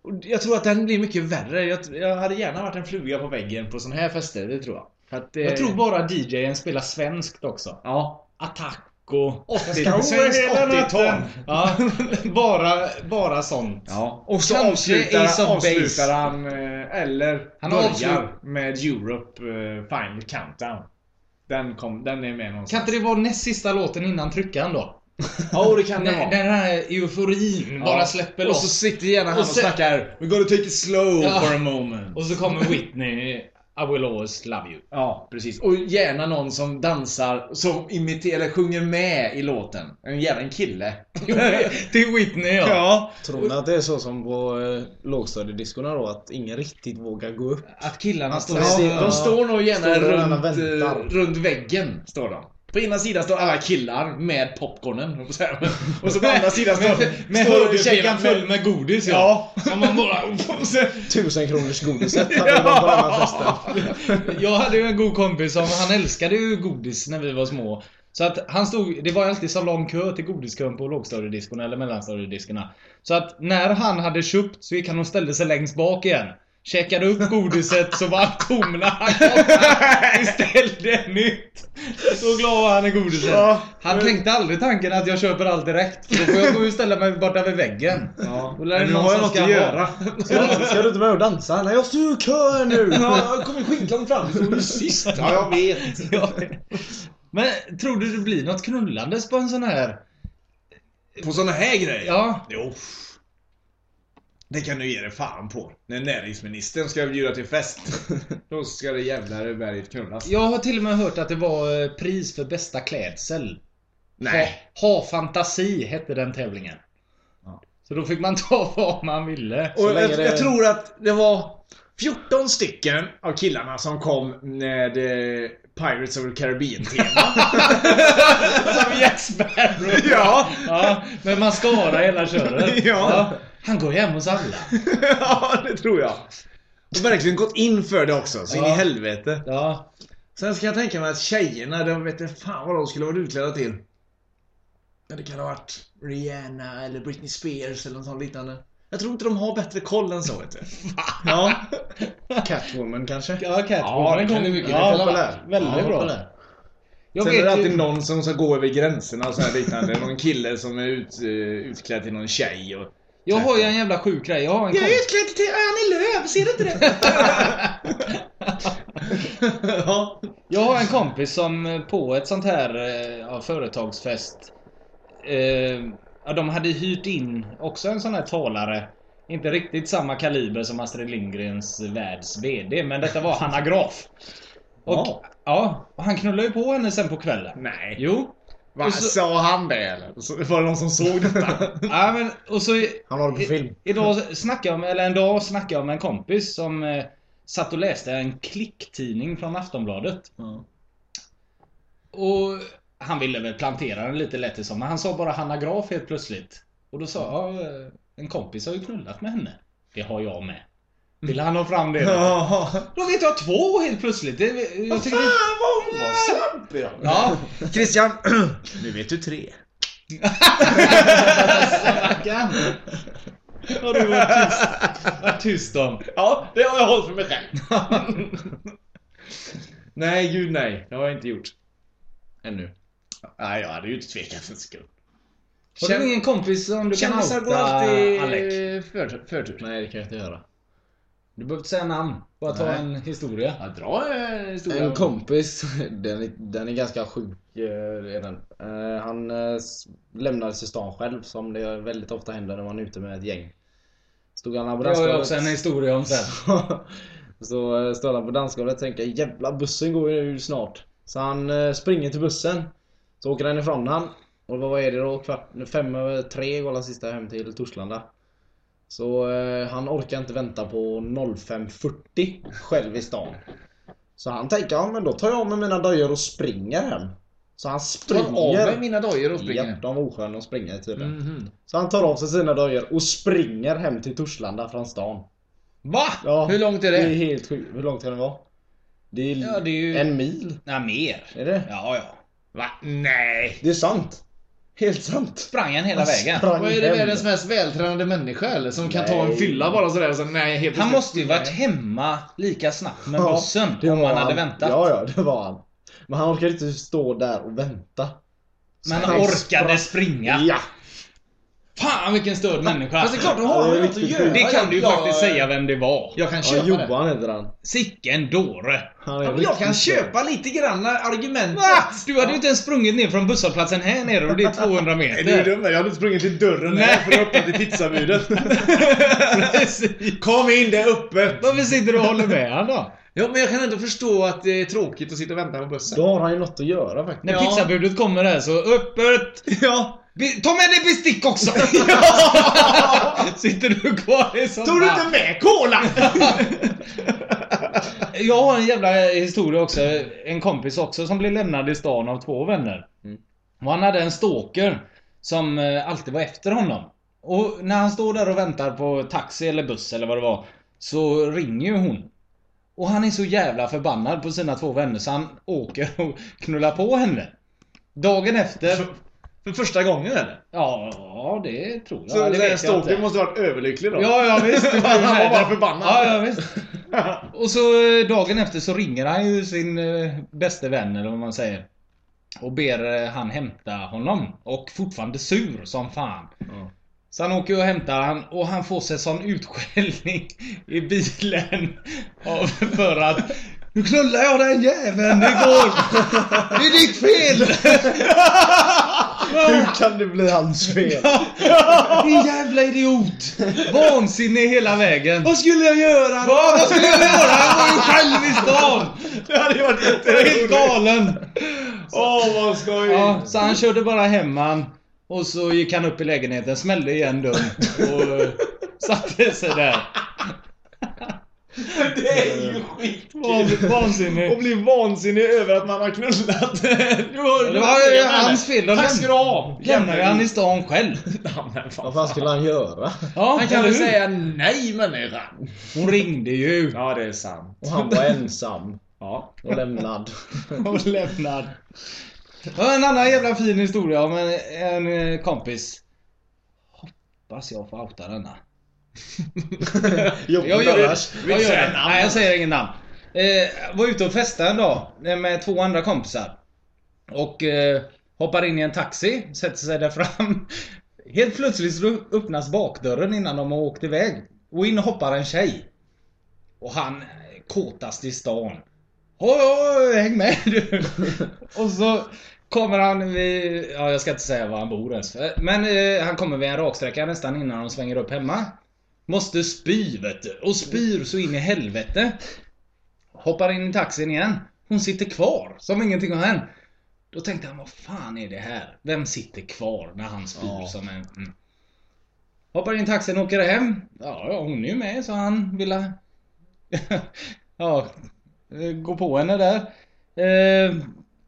och Jag tror att den blir mycket värre. Jag, jag hade gärna varit en fluga på väggen på såna här fester, det tror jag. För att, eh, Jag tror bara DJn spelar svenskt också. Ja. Attack och... 80 gå svenskt hela 80-tal. natten. Ja, bara, bara sånt. Ja. Och så Kanske avslutar, Ace of Base. avslutar han, eh, eller Han börjar avslut- med Europe eh, Final Countdown. Den, kom, den är med Kan någonstans. inte det vara näst sista låten innan tryckan då? Ja, och det kan det Den, vara. den här euforin Ja. bara släpper Och så loss. sitter gärna han Och och, sen- snackar We gotta take it slow Ja. for a moment. Och så kommer Whitney, I will always love you. Ja, precis. Och gärna någon som dansar, som imiterar, eller sjunger med i låten. En gärna en kille. Till Whitney ja. Tror ni att det är så som på eh, lågstadiediskorna då? Att ingen riktigt vågar gå upp? Att killarna står De, Ja. de står nog gärna Står där och runt, väntar. eh, runt väggen. Står de. På ena sidan står alla killar med popcornen. höll jag på att säga. Och så på andra sidan står, Med står hörlurar käkan full full med... med godis Ja. Som man bara... Och så- Tusen kronors godiset hade gått på den här festen. Jag hade ju en god kompis som, han älskade ju godis när vi var små. Så att han stod, det var alltid så lång kö till godiskön på lågstadiediskorna eller mellanstadiediskorna. Så att när han hade köpt så gick han och ställde sig längst bak igen. Käkade upp godiset så var han tom när han kom fram. Beställde nytt. Så glad var han i godiset. Han tänkte aldrig tanken att jag köper allt direkt. För då får jag gå och ställa mig borta vid väggen. Ja. Då lär det Nu någon har jag som något ska att ha. göra. Ska du- Ska du inte med och dansa? Nej, jag står ju i kö nu! Jag kommer skitlångt fram. Du stod ju sist. Ja, jag vet. Ja. Men tror du det blir något knullandes på en sån här? På såna här grejer? Ja. Jo. Det kan du ge dig fan på. När näringsministern ska bjuda till fest. Då ska det jävlar i berget knullas. Jag har till och med hört att det var eh, pris för bästa klädsel. Nej. Ha, ha fantasi hette den tävlingen. Så då fick man ta vad man ville. Och jag, länge det- jag tror att det var 14 stycken av killarna som kom med eh, Pirates of the Caribbean-tema. Som Jack Sparrow. ja. Ja, med mascara i hela köret. Ja. Han går hem hos alla. ja, det tror jag. Och verkligen gått in för det också, så in i Ja. helvete. Ja. Sen ska jag tänka mig att tjejerna, de vet inte fan vad de skulle vara utklädda till. Ja, det kan ha varit Rihanna eller Britney Spears eller något sånt liknande. Jag tror inte de har bättre koll än så vet du. ja. Catwoman kanske? Ja, Ja, det Catwoman kan kom du ju mycket mycket. väl Ja, kolla populär. där. Väldigt Ja, bra. populär. Jag Sen är vet det ju- alltid någon som ska gå över gränserna och så här liknande. Någon kille som är ut, eh, utklädd till någon tjej och... Jag har ju en jävla sjuk grej. Jag har en kompis. utklädd till Annie Lööf, ser du inte det? ja. Jag har en kompis som eh, på ett sånt här eh, ja, företagsfest eh, ja, De hade hyrt in också en sån här talare Inte riktigt samma kaliber som Astrid Lindgrens världs VD Men detta var Hanna Graf och, ja. Ja. och han knullade ju på henne sen på kvällen Nej. Jo Va, så- Sa han det eller? Så- Var det någon som såg detta? ja, men, och så Han har det på i- film. Idag snackade jag med, eller en dag snackade jag med en kompis som eh, satt och läste en klicktidning från Aftonbladet. Och han ville väl plantera den lite lätt det som, men han sa bara Hanna Graf helt plötsligt. Och då sa jag, en kompis har ju knullat med henne. Det har jag med. Ville han ha fram det då? Ja. Då vet jag två helt plötsligt. Det, jag tycker, vad hon var snabb! ja, Christian, nu vet du tre. stackarn. Har du varit tyst, varit tyst om. Ja, det har jag hållit för mig själv. nej, gud nej. Det har jag inte gjort. Ännu. Nej, jag hade ju inte tvekat en sekund. Har Känn- du ingen kompis som du kan outa, Kändisar går alltid Alec? förtur. förtur. Nej, det kan jag inte göra. Du behöver inte säga namn. Bara ta Nej. en historia. Ja, dra eh, stora... En kompis, den är, den är ganska sjuk eh, är den. Eh, Han eh, s- lämnades i stan själv som det väldigt ofta händer när man är ute med ett gäng. Stod han här på Jag har ju dansgolvet. också en historia om sen. Så eh, står han på dansgolvet och tänker jävla bussen går ju nu snart. Så han eh, springer till bussen. Så åker han ifrån han. Och vad är det då? Kvart, fem över tre går han sista hem till Torslanda. Så eh, han orkar inte vänta på 05.40 själv i stan. Så han tänker, ja men då tar jag av mig mina dojor och springer hem. Så han Tar av springer. mig mina dojor och springer. Japp, Mm-hmm. de var osköna att springa i tydligen. Mhm. Så han tar av sig sina dojor och springer hem till Torslanda från stan. Va? Ja, Hur långt är Det det? är helt sjukt. Hur långt kan det vara? Det är, Ja, det är ju- en mil. Nej, mer. Är det? Ja, ja. Va? Nej! Det är sant. Helt sant. Sprang han hela vägen? Sprang Vad är det hem. världens mest vältränade människa eller? Som kan ta en Nej. fylla bara sådär och sen nej helt Han plötsligt- måste ju varit hemma lika snabbt med Ja, bussen det om var han hade väntat. Ja, ja, det var han. Men han orkade inte stå där och vänta. Men han han orkade springa. Ja! Fan vilken störd människa. Fast det är klart, då har Ja, det är han ju inte att riktigt göra. sjukt. Det kan du ju Jag- faktiskt säga vem det var. Jag kan ja köpa det. Johan heter han. Sicken dåre. han är Ja, men jag riktigt kan stor. köpa lite grann argumentet. Va? Du hade ju inte ens sprungit ner från busshållplatsen här nere och det är 200 Nej, det är meter. dumt. Jag hade sprungit till dörren här för att öppna till pizzabudet. Precis. Kom in, det är öppet! Varför sitter du och håller med han då? Ja, men jag kan ändå förstå att det är tråkigt att sitta och vänta på bussen. Då har han ju något att göra faktiskt. När pizzabudet kommer här så öppet! Ja. Be- Ta med dig bestick också! Sitter du kvar i sån Tog du inte med cola? Jag har en jävla historia också. En kompis också som blev lämnad i stan av två vänner. Och han hade en stalker som eh, alltid var efter honom. Och när han står där och väntar på taxi eller buss eller vad det var. Så ringer ju hon. Och han är så jävla förbannad på sina två vänner så han åker och knullar på henne. Dagen efter... för första gången eller? Ja, ja, det tror jag. Så det ja, vet jag inte. Stalker måste ha varit överlycklig då. Ja, ja visst. Det var ju Han var med. bara förbannad. Ja, ja, visst. Och så eh, dagen efter så ringer han ju sin eh, bäste vän eller vad man säger. Och ber eh, han hämta honom. Och fortfarande sur som fan. Så han åker och hämtar han och han får sig sån utskällning i bilen. av- För att Nu knullar jag den jäveln igår! Det är ditt fel! Hur kan det bli hans fel? Din jävla idiot! Vansinne hela vägen! Vad skulle jag göra? Ja, vad skulle jag göra? Jag var ju själv i stan! Det hade ju varit Jag är helt jätteroligt. galen! Åh, vad skoj! Ja, så han körde bara hem han. Och så gick han upp i lägenheten, smällde igen dörren och eh, satte sig där. Det är Eh, ju skit! Van- Och Vansinnig. bli vansinnig över att man har knullat. Du har- Det var ju hans fel. De Tack ska du lämn- ha! lämnade ju han i stan själv. Ja, men fan. Vad fan skulle han göra? Ja, Han kan eller väl hur? säga nej människan? Hon ringde ju. Ja, det är sant. Och han var ensam Ja. och lämnad. Och lämnad. Ja, en annan jävla fin historia om en, en eh, kompis. Hoppas jag får outa denna. Jobbigt Jag gör det. annars. Jag gör det. Sen, Nej, jag säger ingen namn. Eh, var ute och festade en dag eh, med två andra kompisar. Och eh, hoppar in i en taxi, sätter sig där fram. Helt plötsligt så öppnas bakdörren innan de har åkt iväg. Och in hoppar en tjej. Och han eh, kåtast i stan. Oj, oj, oj, häng med du! och så kommer han vid, ja jag ska inte säga var han bor ens. Men eh, han kommer vid en raksträcka nästan innan de svänger upp hemma. Måste spy vet du. Och spyr så in i helvete. Hoppar in i taxin igen. Hon sitter kvar som ingenting har hänt. Då tänkte han, vad fan är det här? Vem sitter kvar när han spyr som en... Mm. Hoppar in i taxin och åker hem. Ja, ja, hon är ju med så han ville... ja, eh, gå på henne där. Eh,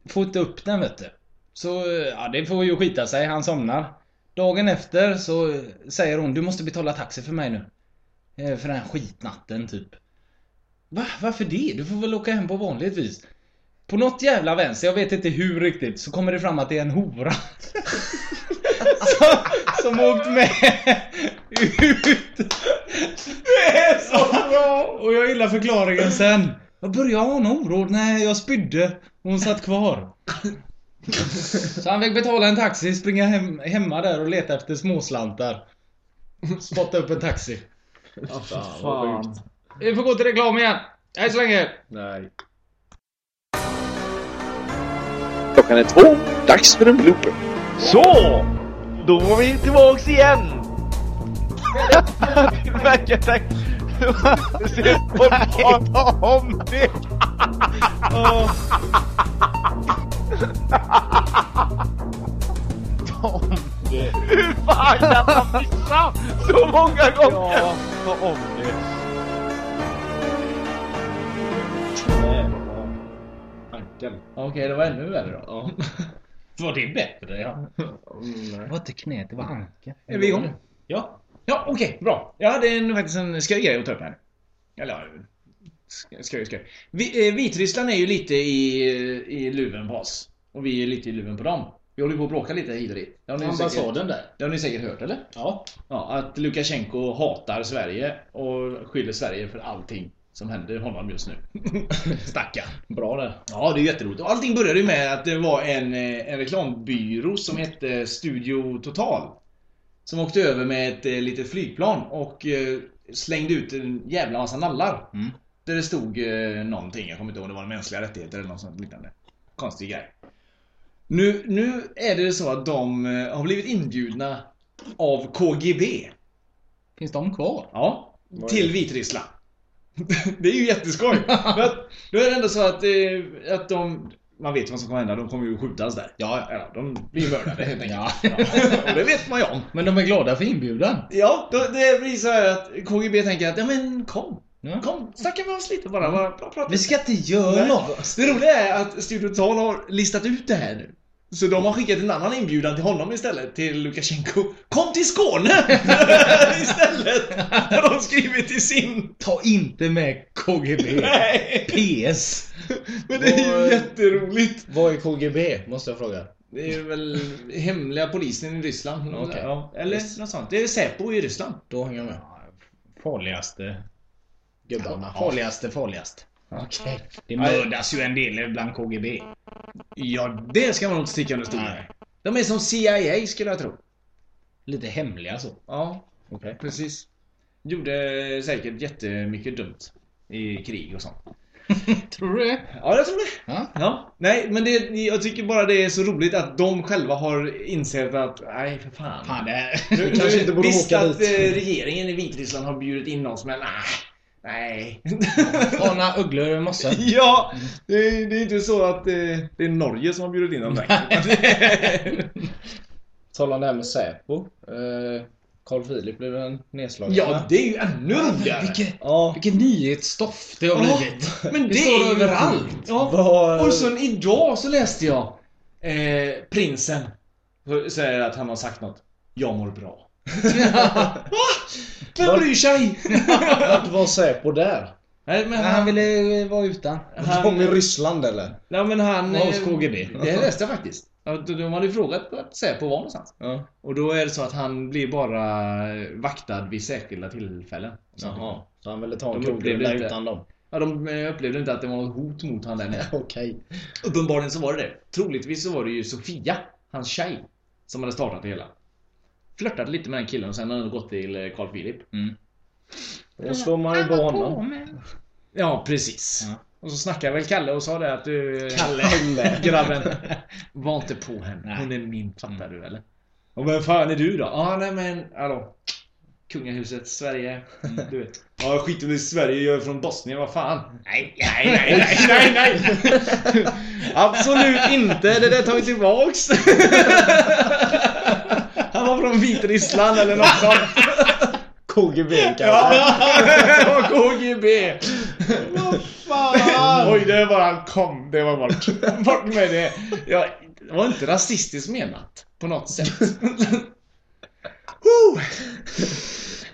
får inte upp den vet du. Så eh, ja, det får ju skita sig, han somnar. Dagen efter så eh, säger hon, du måste betala taxi för mig nu. Eh, För den här skitnatten typ. Va? Varför det? Du får väl åka hem på vanligt vis. På något jävla vänster, jag vet inte hur riktigt, så kommer det fram att det är en hora. som, som åkt med ut. Det är så bra! Och jag gillar förklaringen sen. Jag började ana oråd när jag spydde och hon satt kvar. Så han fick betala en taxi, springa hem, hemma där och leta efter småslantar. Spotta upp en taxi. Fan, vad sjukt. Vi får gå till reklam igen. Hej så länge! Nej. Klockan är två, dags för en blooper. Så! Då var vi tillbaks igen! Märker tack! Tala om det! Hur fan kan man missa så många gånger? Ja, ta om det. Nej, vad fan. Okej, det var ännu värre då. Ja. Var det bättre? Ja. Det var inte knät, det var anka. Är vi igång? Ja. Ja, okej, bra. Ja, det är en- faktiskt en skoj grej att ta upp här. Eller ja, sk- skoj skoj. Vi, eh, Vitryssland är ju lite i, i luven på oss. Och vi är lite i luven på dem. Vi håller på att bråka lite hit och dit. Det har ni ju Ambassaden säkert- där. Det har ni säkert hört eller? Ja. Ja, att Lukasjenko hatar Sverige och skyller Sverige för allting som händer honom just nu. Stackarn. Bra det. Ja, det är jätteroligt. Och Allting började ju med att det var en, eh, en reklambyrå som hette Studio Total. Som åkte över med ett eh, litet flygplan och eh, slängde ut en jävla massa nallar. Mm. Där det stod eh, någonting, jag kommer inte ihåg om det var mänskliga rättigheter eller något sånt liknande. Konstig grej. Nu, nu är det så att de eh, har blivit inbjudna av KGB. Finns de kvar? Ja, till Vitryssland. det är ju jätteskoj! För att, då är det ändå så att, eh, att de... Man vet vad som kommer hända, de kommer ju skjutas där. Ja, ja de blir mördade helt enkelt. Ja. Och det vet man ju om. Men de är glada för inbjudan. Ja, då, det blir så här att KGB tänker att ja men kom. Ja. Kom, snacka med oss lite bara. bara pra, pra, Vi ska inte göra Nej. något. Det roliga är att Studio Tal har listat ut det här nu. Så de har skickat en annan inbjudan till honom istället, till Lukasjenko. Kom till Skåne! istället! Har de skrivit i sin... Ta inte med KGB. Nej! PS. Men det är ju Vad- jätteroligt! Vad är KGB? Måste jag fråga. Det är väl hemliga polisen i Ryssland. Okej. Ja, eller något sånt. Det är Säpo i Ryssland. Då hänger jag med. Farligaste. Gubbarna. Farligaste, farligast. Okej. Det mördas ju en del bland KGB. Ja, det ska man nog inte sticka under stol med. Nej. De är som CIA skulle jag tro. Lite hemliga så. Ja, Okej. precis. Gjorde säkert jättemycket dumt i krig och sånt. Tror du det? Ja, jag tror det. Ja. Ja. Nej, men det, jag tycker bara det är så roligt att de själva har insett att, nej för fan. Fan det är... Nu, kanske nu- inte borde visst åka att dit. eh, regeringen i Vitryssland har bjudit in oss, men nej. Nej. Ana ugglor över mossen. ja, det är, det är inte så att eh, det är Norge som har bjudit in dem direkt. Tala om det här med Säpo. Eh, Carl Philip blev en nedslagen. ja, det är ju ännu roligare. Vilket, Ja. vilket nyhetsstoff det har Ja, blivit. Men det, står är överallt. Ja. Vad- Och sen idag så läste jag eh, Prinsen säger att han har sagt något. Jag mår bra. Va? Vem bryr sig? Vart var Säpo där? Nej men Han han... ville eh, vara utan. De i han Ryssland eller? nej men han... Var hos eh, KGB. Det här läste jag faktiskt. Att De hade frågat vart Säpo var någonstans. Ja. Och då är det så att han blir bara vaktad vid särskilda tillfällen. Och sånt. Jaha. Så han ville ta De en upplevde krogrunda inte- utan dem? Ja, de eh, upplevde inte att det var något hot mot han där nere. Okej. Uppenbarligen så var det det. Troligtvis så var det ju Sofia, hans tjej, som hade startat det hela. Flörtade lite med den killen och sen hade hon gått till eh, Carl Philip. Mm. Då slår man ju på honom. Ja, precis. Ja. Och så snackade väl Kalle och sa det att du... Kalle. Grabben. Var inte på henne. Nej. Hon är min, fattar du eller? Och vem fan är du då? Ja, ah, nej men hallå. Kungahuset, Sverige. Du vet. Ja, ah, skit i Sverige. Jag är från Bosnien, vad fan. Nej, nej, nej, nej, nej, nej. Absolut inte. Det där tar vi tillbaks. Han var från Vitryssland eller något sånt. KGB kanske? Det var KGB. Oj, det var han kom. Det var bort. Bort med det. Jag, det var inte rasistiskt menat. På något sätt. Huh.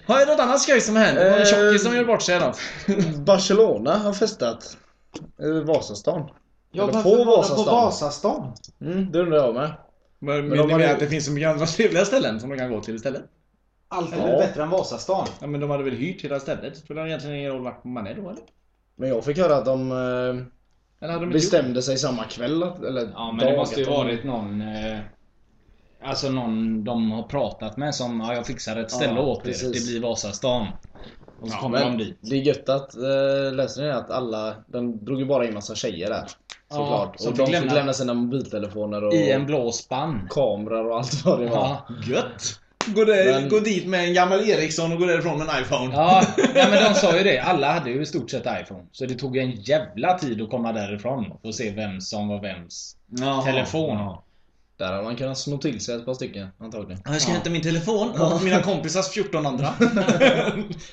Har jag något annat skoj som händer? Någon tjockis som gör bort sig eller något? Eh, Barcelona har festat. I Vasastan. Eller på Vasastan. Vasastan? Mm, det undrar jag med. Men, de men ni hade- menar att det finns så mycket andra trevliga ställen som de kan gå till istället? Allt är väl bättre än Vasastan. Ja men de hade väl hyrt hela stället? Spelar det egentligen ingen roll vart man är då eller? Men jag fick höra att de eh, Eller hade de inte gjort bestämde sig samma kväll. att- Eller Ja men dag det måste ju att de- varit någon... Eh, alltså någon de har pratat med som ja, jag fixar ett ställe Ja, åt er. precis. Det blir Vasastan. Och så kommer de Men dit. det är gött att, eh, läste ni det? Att alla, de drog ju bara in massa tjejer där. Såklart. som och fick de lämna- fick lämna sina mobiltelefoner och I en blå spann. kameror och allt vad det var. Ja. det? Gött! Gå, där, Men- gå dit med en gammal Ericsson och gå därifrån med en iPhone. Ja, nej, men de sa ju det. Alla hade ju i stort sett iPhone. Så det tog en jävla tid att komma därifrån och se vem som var vems Jaha. telefon. Där hade man kunnat sno till sig ett par stycken antagligen. Jag ska hämta min telefon och mina kompisars 14 andra.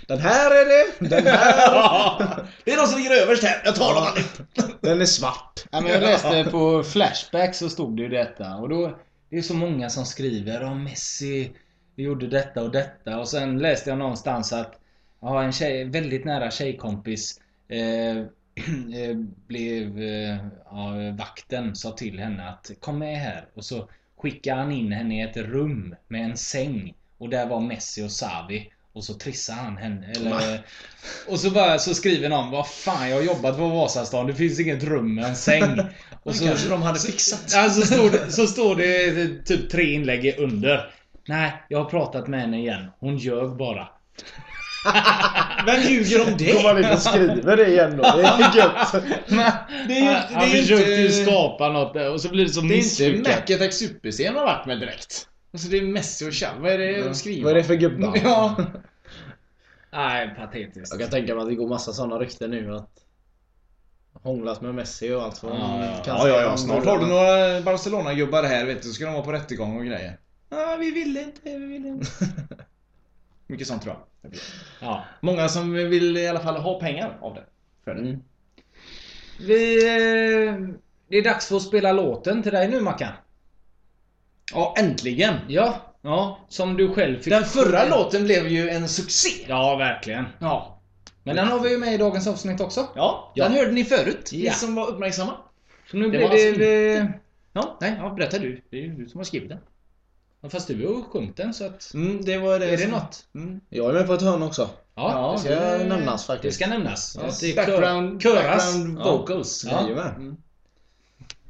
Den här är det! Den här! det är de som ligger överst här. Jag tar dem allihop. Den är svart. Ja, men jag läste på Flashback så stod det ju detta och då Det är så många som skriver om Messi Gjorde detta och detta och sen läste jag någonstans att Ja en tjej, väldigt nära tjejkompis eh, eh, Blev eh, ja, Vakten sa till henne att kom med här och så Skickade han in henne i ett rum med en säng Och där var Messi och Xavi och så trissar han henne. Eller, och så, bara, så skriver någon Vad fan jag har jobbat på Vasastan. Det finns inget rum med en säng. Och så, kanske de hade fixat. Ja, så, står det, så står det typ tre inlägg under. Nej, jag har pratat med henne igen. Hon ljög bara. Vem ljuger om Går det? man in och skriver det igen då. Det är gött. Det är ju Han- Han det är försökte ju inte... skapa något där, och så blir det så Det är inte misslyckat. Macattack Superscen har varit med direkt. Alltså det är Messi och Chan. Vad är det de skriver? Vad är det för gubbar? Ja. Nej, patetiskt. Jag kan tänka mig att det går massa sådana rykten nu att Hånglat med Messi och allt vad Ja, ja. kan Ja, ja, säga. ja. Snart har du några Barcelona-gubbar här vet du. Så ska de vara på rättegång och grejer. Ja, vi ville inte, vi ville inte. Mycket sånt tror jag. Ja. Många som vill i alla fall ha pengar av det. För Mm. det. Vi, eh, det är dags för att spela låten till dig nu Mackan. Ja, äntligen! Ja, ja. Som du själv fick... Den förra låten blev ju en succé! Ja, verkligen. Ja. Men den har vi ju med i dagens avsnitt också. Ja, Ja. den hörde ni förut, Ja. ni som var uppmärksamma. Så nu Det blir var det... alltså det... Ja, nej, ja, berätta du. Det är ju du som har skrivit den. Ja, Fast du har ju sjungit den så att... Mm, det var Är det något? Mm. Jag är med på ett hörn också. Ja, Det ska nämnas faktiskt. Det ska nämnas. Ja, det är background- kör- background Ja. vocals. Ja. Ja. Jajamän.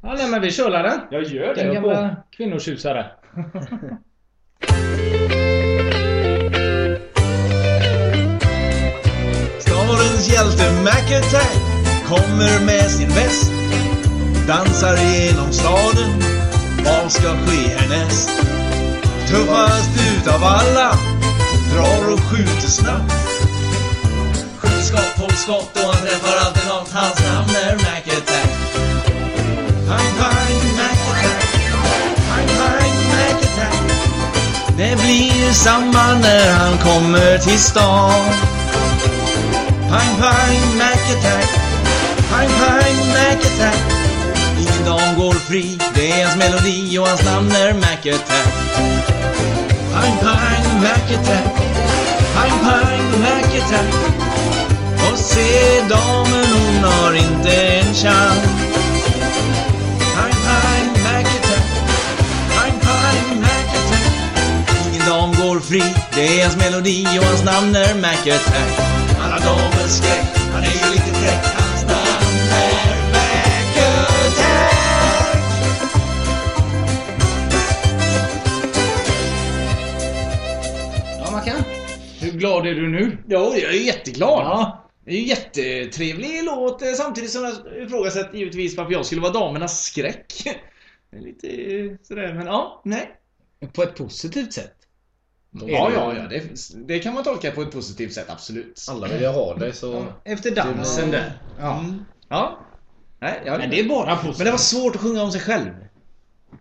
nej, men vi kör den. Jag gör Den gamla kvinnotjusare. Stadens hjälte Macattack kommer med sin väst. Dansar genom staden, vad ska ske härnäst? Tuffast utav alla, drar och skjuter snabbt. Skjuter skott, håller skott och han träffar alltid något. Hans namn är Macattack. Pang, pang, Macattack. Pang, pang, Macattack. Det blir samma när han kommer till stan. Pang pang Mac-attack Pang pang Mac-attack Ingen dam går fri Det är hans melodi och hans namn är Mac-attack Pang pang Mac-attack Pang pang Mac-attack Och se damen hon har inte en chans Pang pang Mac-attack Pang pang Mac-attack Ingen dam går fri Det är hans melodi och hans namn är Mac-attack alla damers skräck Han är ju lite fräck Hans namn är Mac-Attack Ja, Mackan. Hur glad är du nu? Jo, jag är jätteglad! Ja. Det är ju jättetrevlig låt eh, samtidigt som jag ifrågasätter givetvis varför jag skulle vara damernas skräck. Det är Lite eh, sådär, men ja, nej. På ett positivt sätt. Ja, ja, ja. Det, det kan man tolka på ett positivt sätt, absolut. Alla vill ju ha det så... Efter dansen där. Ja. Mm. Ja. Nej, jag, Men det är bara positivt. men det var svårt att sjunga om sig själv.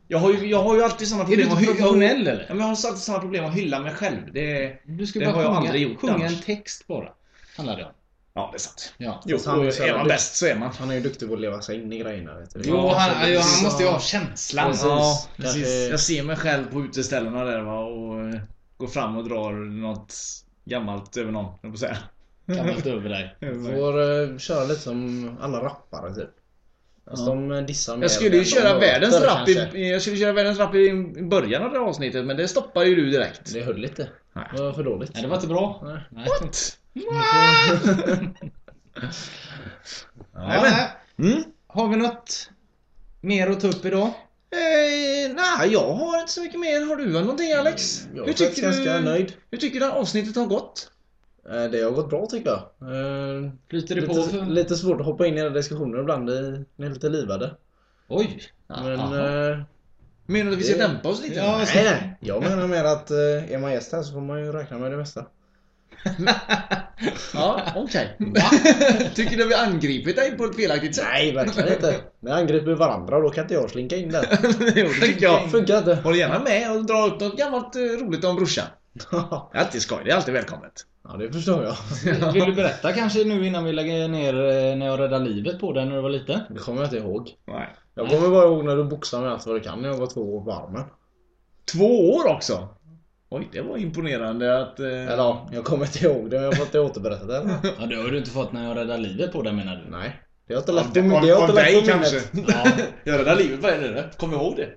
Jag har ju, jag har ju alltid sådana Är du problem inte att hy- professionell Ja, eller? men jag har alltid sådana problem att hylla mig själv. Det, Du ska Det bara har jag sjunga, aldrig gjort sjunga en annars. text bara. Handlar det om. ja, det är sant. Ja. Jo, han är så är jävla man duktig. bäst så är man. Han är ju duktig på att leva sig in i grejerna vet du. Jo, han, jo, han precis. måste ju ha känslan. Precis. Ja, Kanske- Eh, precis. Jag ser mig själv på uteställena där va och eh, går fram och drar något gammalt över någon, höll jag på att säga. Gammalt över dig. Får eh, köra lite som alla rappare typ. Fast de eh, dissar mer Jag skulle ju än de köra låter, världens rap kanske. i, jag skulle köra världens rap i början av det här avsnittet men det stoppar ju du direkt. Det höll inte. Nej. Det var för dåligt. Nej, det var inte bra. Nej. Ja, Jajamän. nej. Mm. Har vi något mer att ta upp idag? Eh, nej, jag har inte så mycket mer. Har du någonting Alex? Jag är faktiskt ganska nöjd. Hur tycker du att avsnittet har gått? Eh, Det har gått bra tycker jag. Eh, Flyter det på? Lite, för- lite svårt att hoppa in i den diskussionen ibland. i- Ni är lite livade. Oj! Men... Jaha. eh, Menar du att vi ska Det- dämpa oss lite? Ja, Nej, nej. Jag menar mer att eh, är man gäst här så får man ju räkna med det mesta. Ja, okej. Tycker du vi har angripit dig på ett felaktigt sätt? Nej, verkligen inte. Vi angriper varandra då kan inte jag slinka in där. jo, det tycker jag. Funkar inte. Håll gärna med och dra upp något gammalt eh, roligt om brorsan. Det är alltid skoj, det är alltid välkommet. Ja, det förstår jag. Vill du berätta kanske nu innan vi lägger ner eh, när jag räddade livet på dig när du var liten? Det kommer jag inte ihåg. Nej. Jag kommer bara ihåg när du boxade mig allt vad du kan när jag var två år på armen. Två år också! Oj, det var imponerande att... Eh... Eller ja, jag kommer inte ihåg det. men Jag har fått det återberättat eller? Ja, det har du inte fått när jag räddade livet på dig menar du? Nej. Det har inte lagt på min- det har inte lagt på minnet. Ja, Jag räddade livet på henne. Kom ihåg det.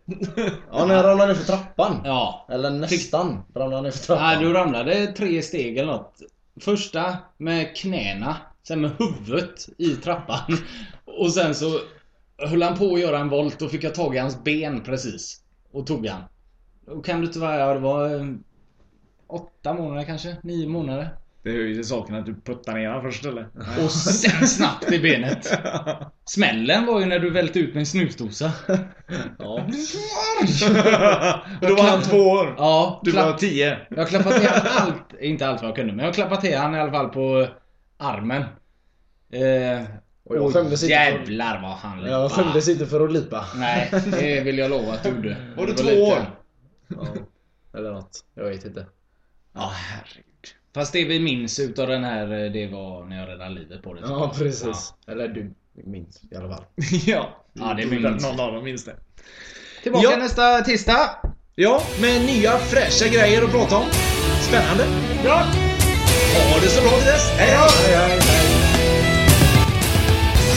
Ja, när jag ramlade ner för trappan. ja. Eller nästan ramlade ner för Nej, trappan. du ramlade tre steg eller något. Första med knäna, sen med huvudet i trappan. Och sen så höll han på att göra en volt och fick jag tag i hans ben precis. Och tog han. Och kan du inte vara, ja, det var eh, åtta månader kanske? Nio månader? Det hör ju till saken att du puttar ner honom först eller? Och sen snabbt i benet. Smällen var ju när du välte ut med en snusdosa. Ja. och då var han två år. Ja, Du klapp- var tio. Jag har klappat till han allt, inte allt vad jag kunde, men jag har klappat till han i alla fall på eh, armen. Eh, Och jag skämdes inte för- jävlar vad han lipade. Jag skämdes inte för att lipa. Nej, det vill jag lova att du gjorde. Var du Det två lite- år? Ja. Eller något. Jag vet inte. Ja, herregud. Fast det vi minns utav den här, eh, det var när jag räddade livet på det. Ja, precis. Eller du minns i alla fall. ja. Ja, det Jag tror minns. att Någon av dem minns det. Tillbaka Ja. nästa tisdag! Ja, med nya fräscha grejer att prata om. Spännande. Bra! Ha det så bra till dess. Hej då!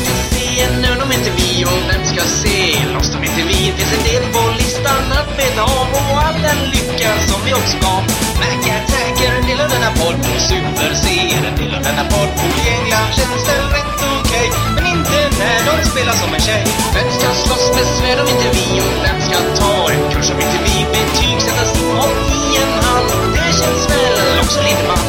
se nu de inte vi och vem ska se? Loss de inte vi, finns en del på listan att beta av och all den lycka som vi också gav. Mac Attack är en del av denna podd och Super C är en del av denna podd och Gängla känns väl rätt okej, men inte när de spelar som en tjej. Vem ska slåss med svärd om inte vi och vem ska ta en kurs om inte vi betygsättas av i en hand? Det känns väl också lite man.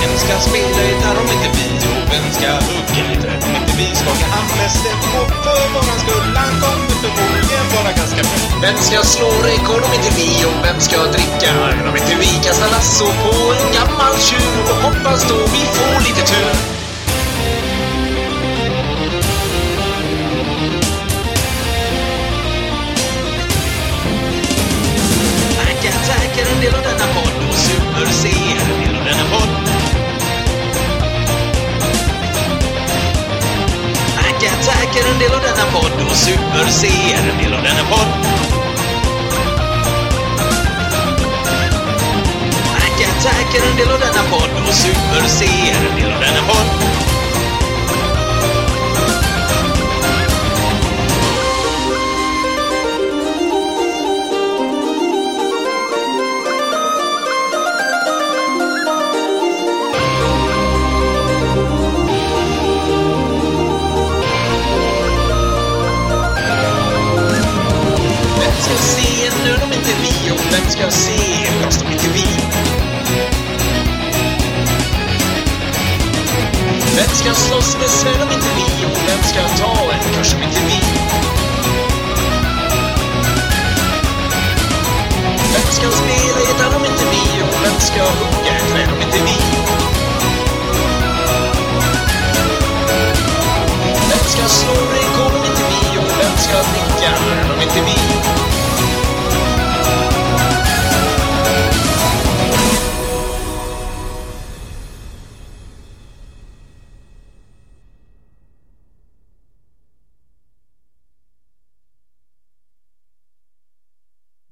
Vem ska spela gitarr om inte vi? Jo, vem ska hugga lite om inte vi? Skaka hand med Steffo för våran skull. Han kommer förmodligen vara ganska full. Vem ska slå rekord om inte vi? Och vem ska dricka öl om inte vi? Kasta lasso på en gammal tjur och hoppas då vi får lite tur. Mac Attack är en del av denna podd och Super C är en del av denna podd. Mac Attack är en del av denna podd och Super C är en del av denna podd. Mac Attack är en del av denna podd och Super C är en del av denna podd. Vem ska se nu om inte vi? Och vem ska se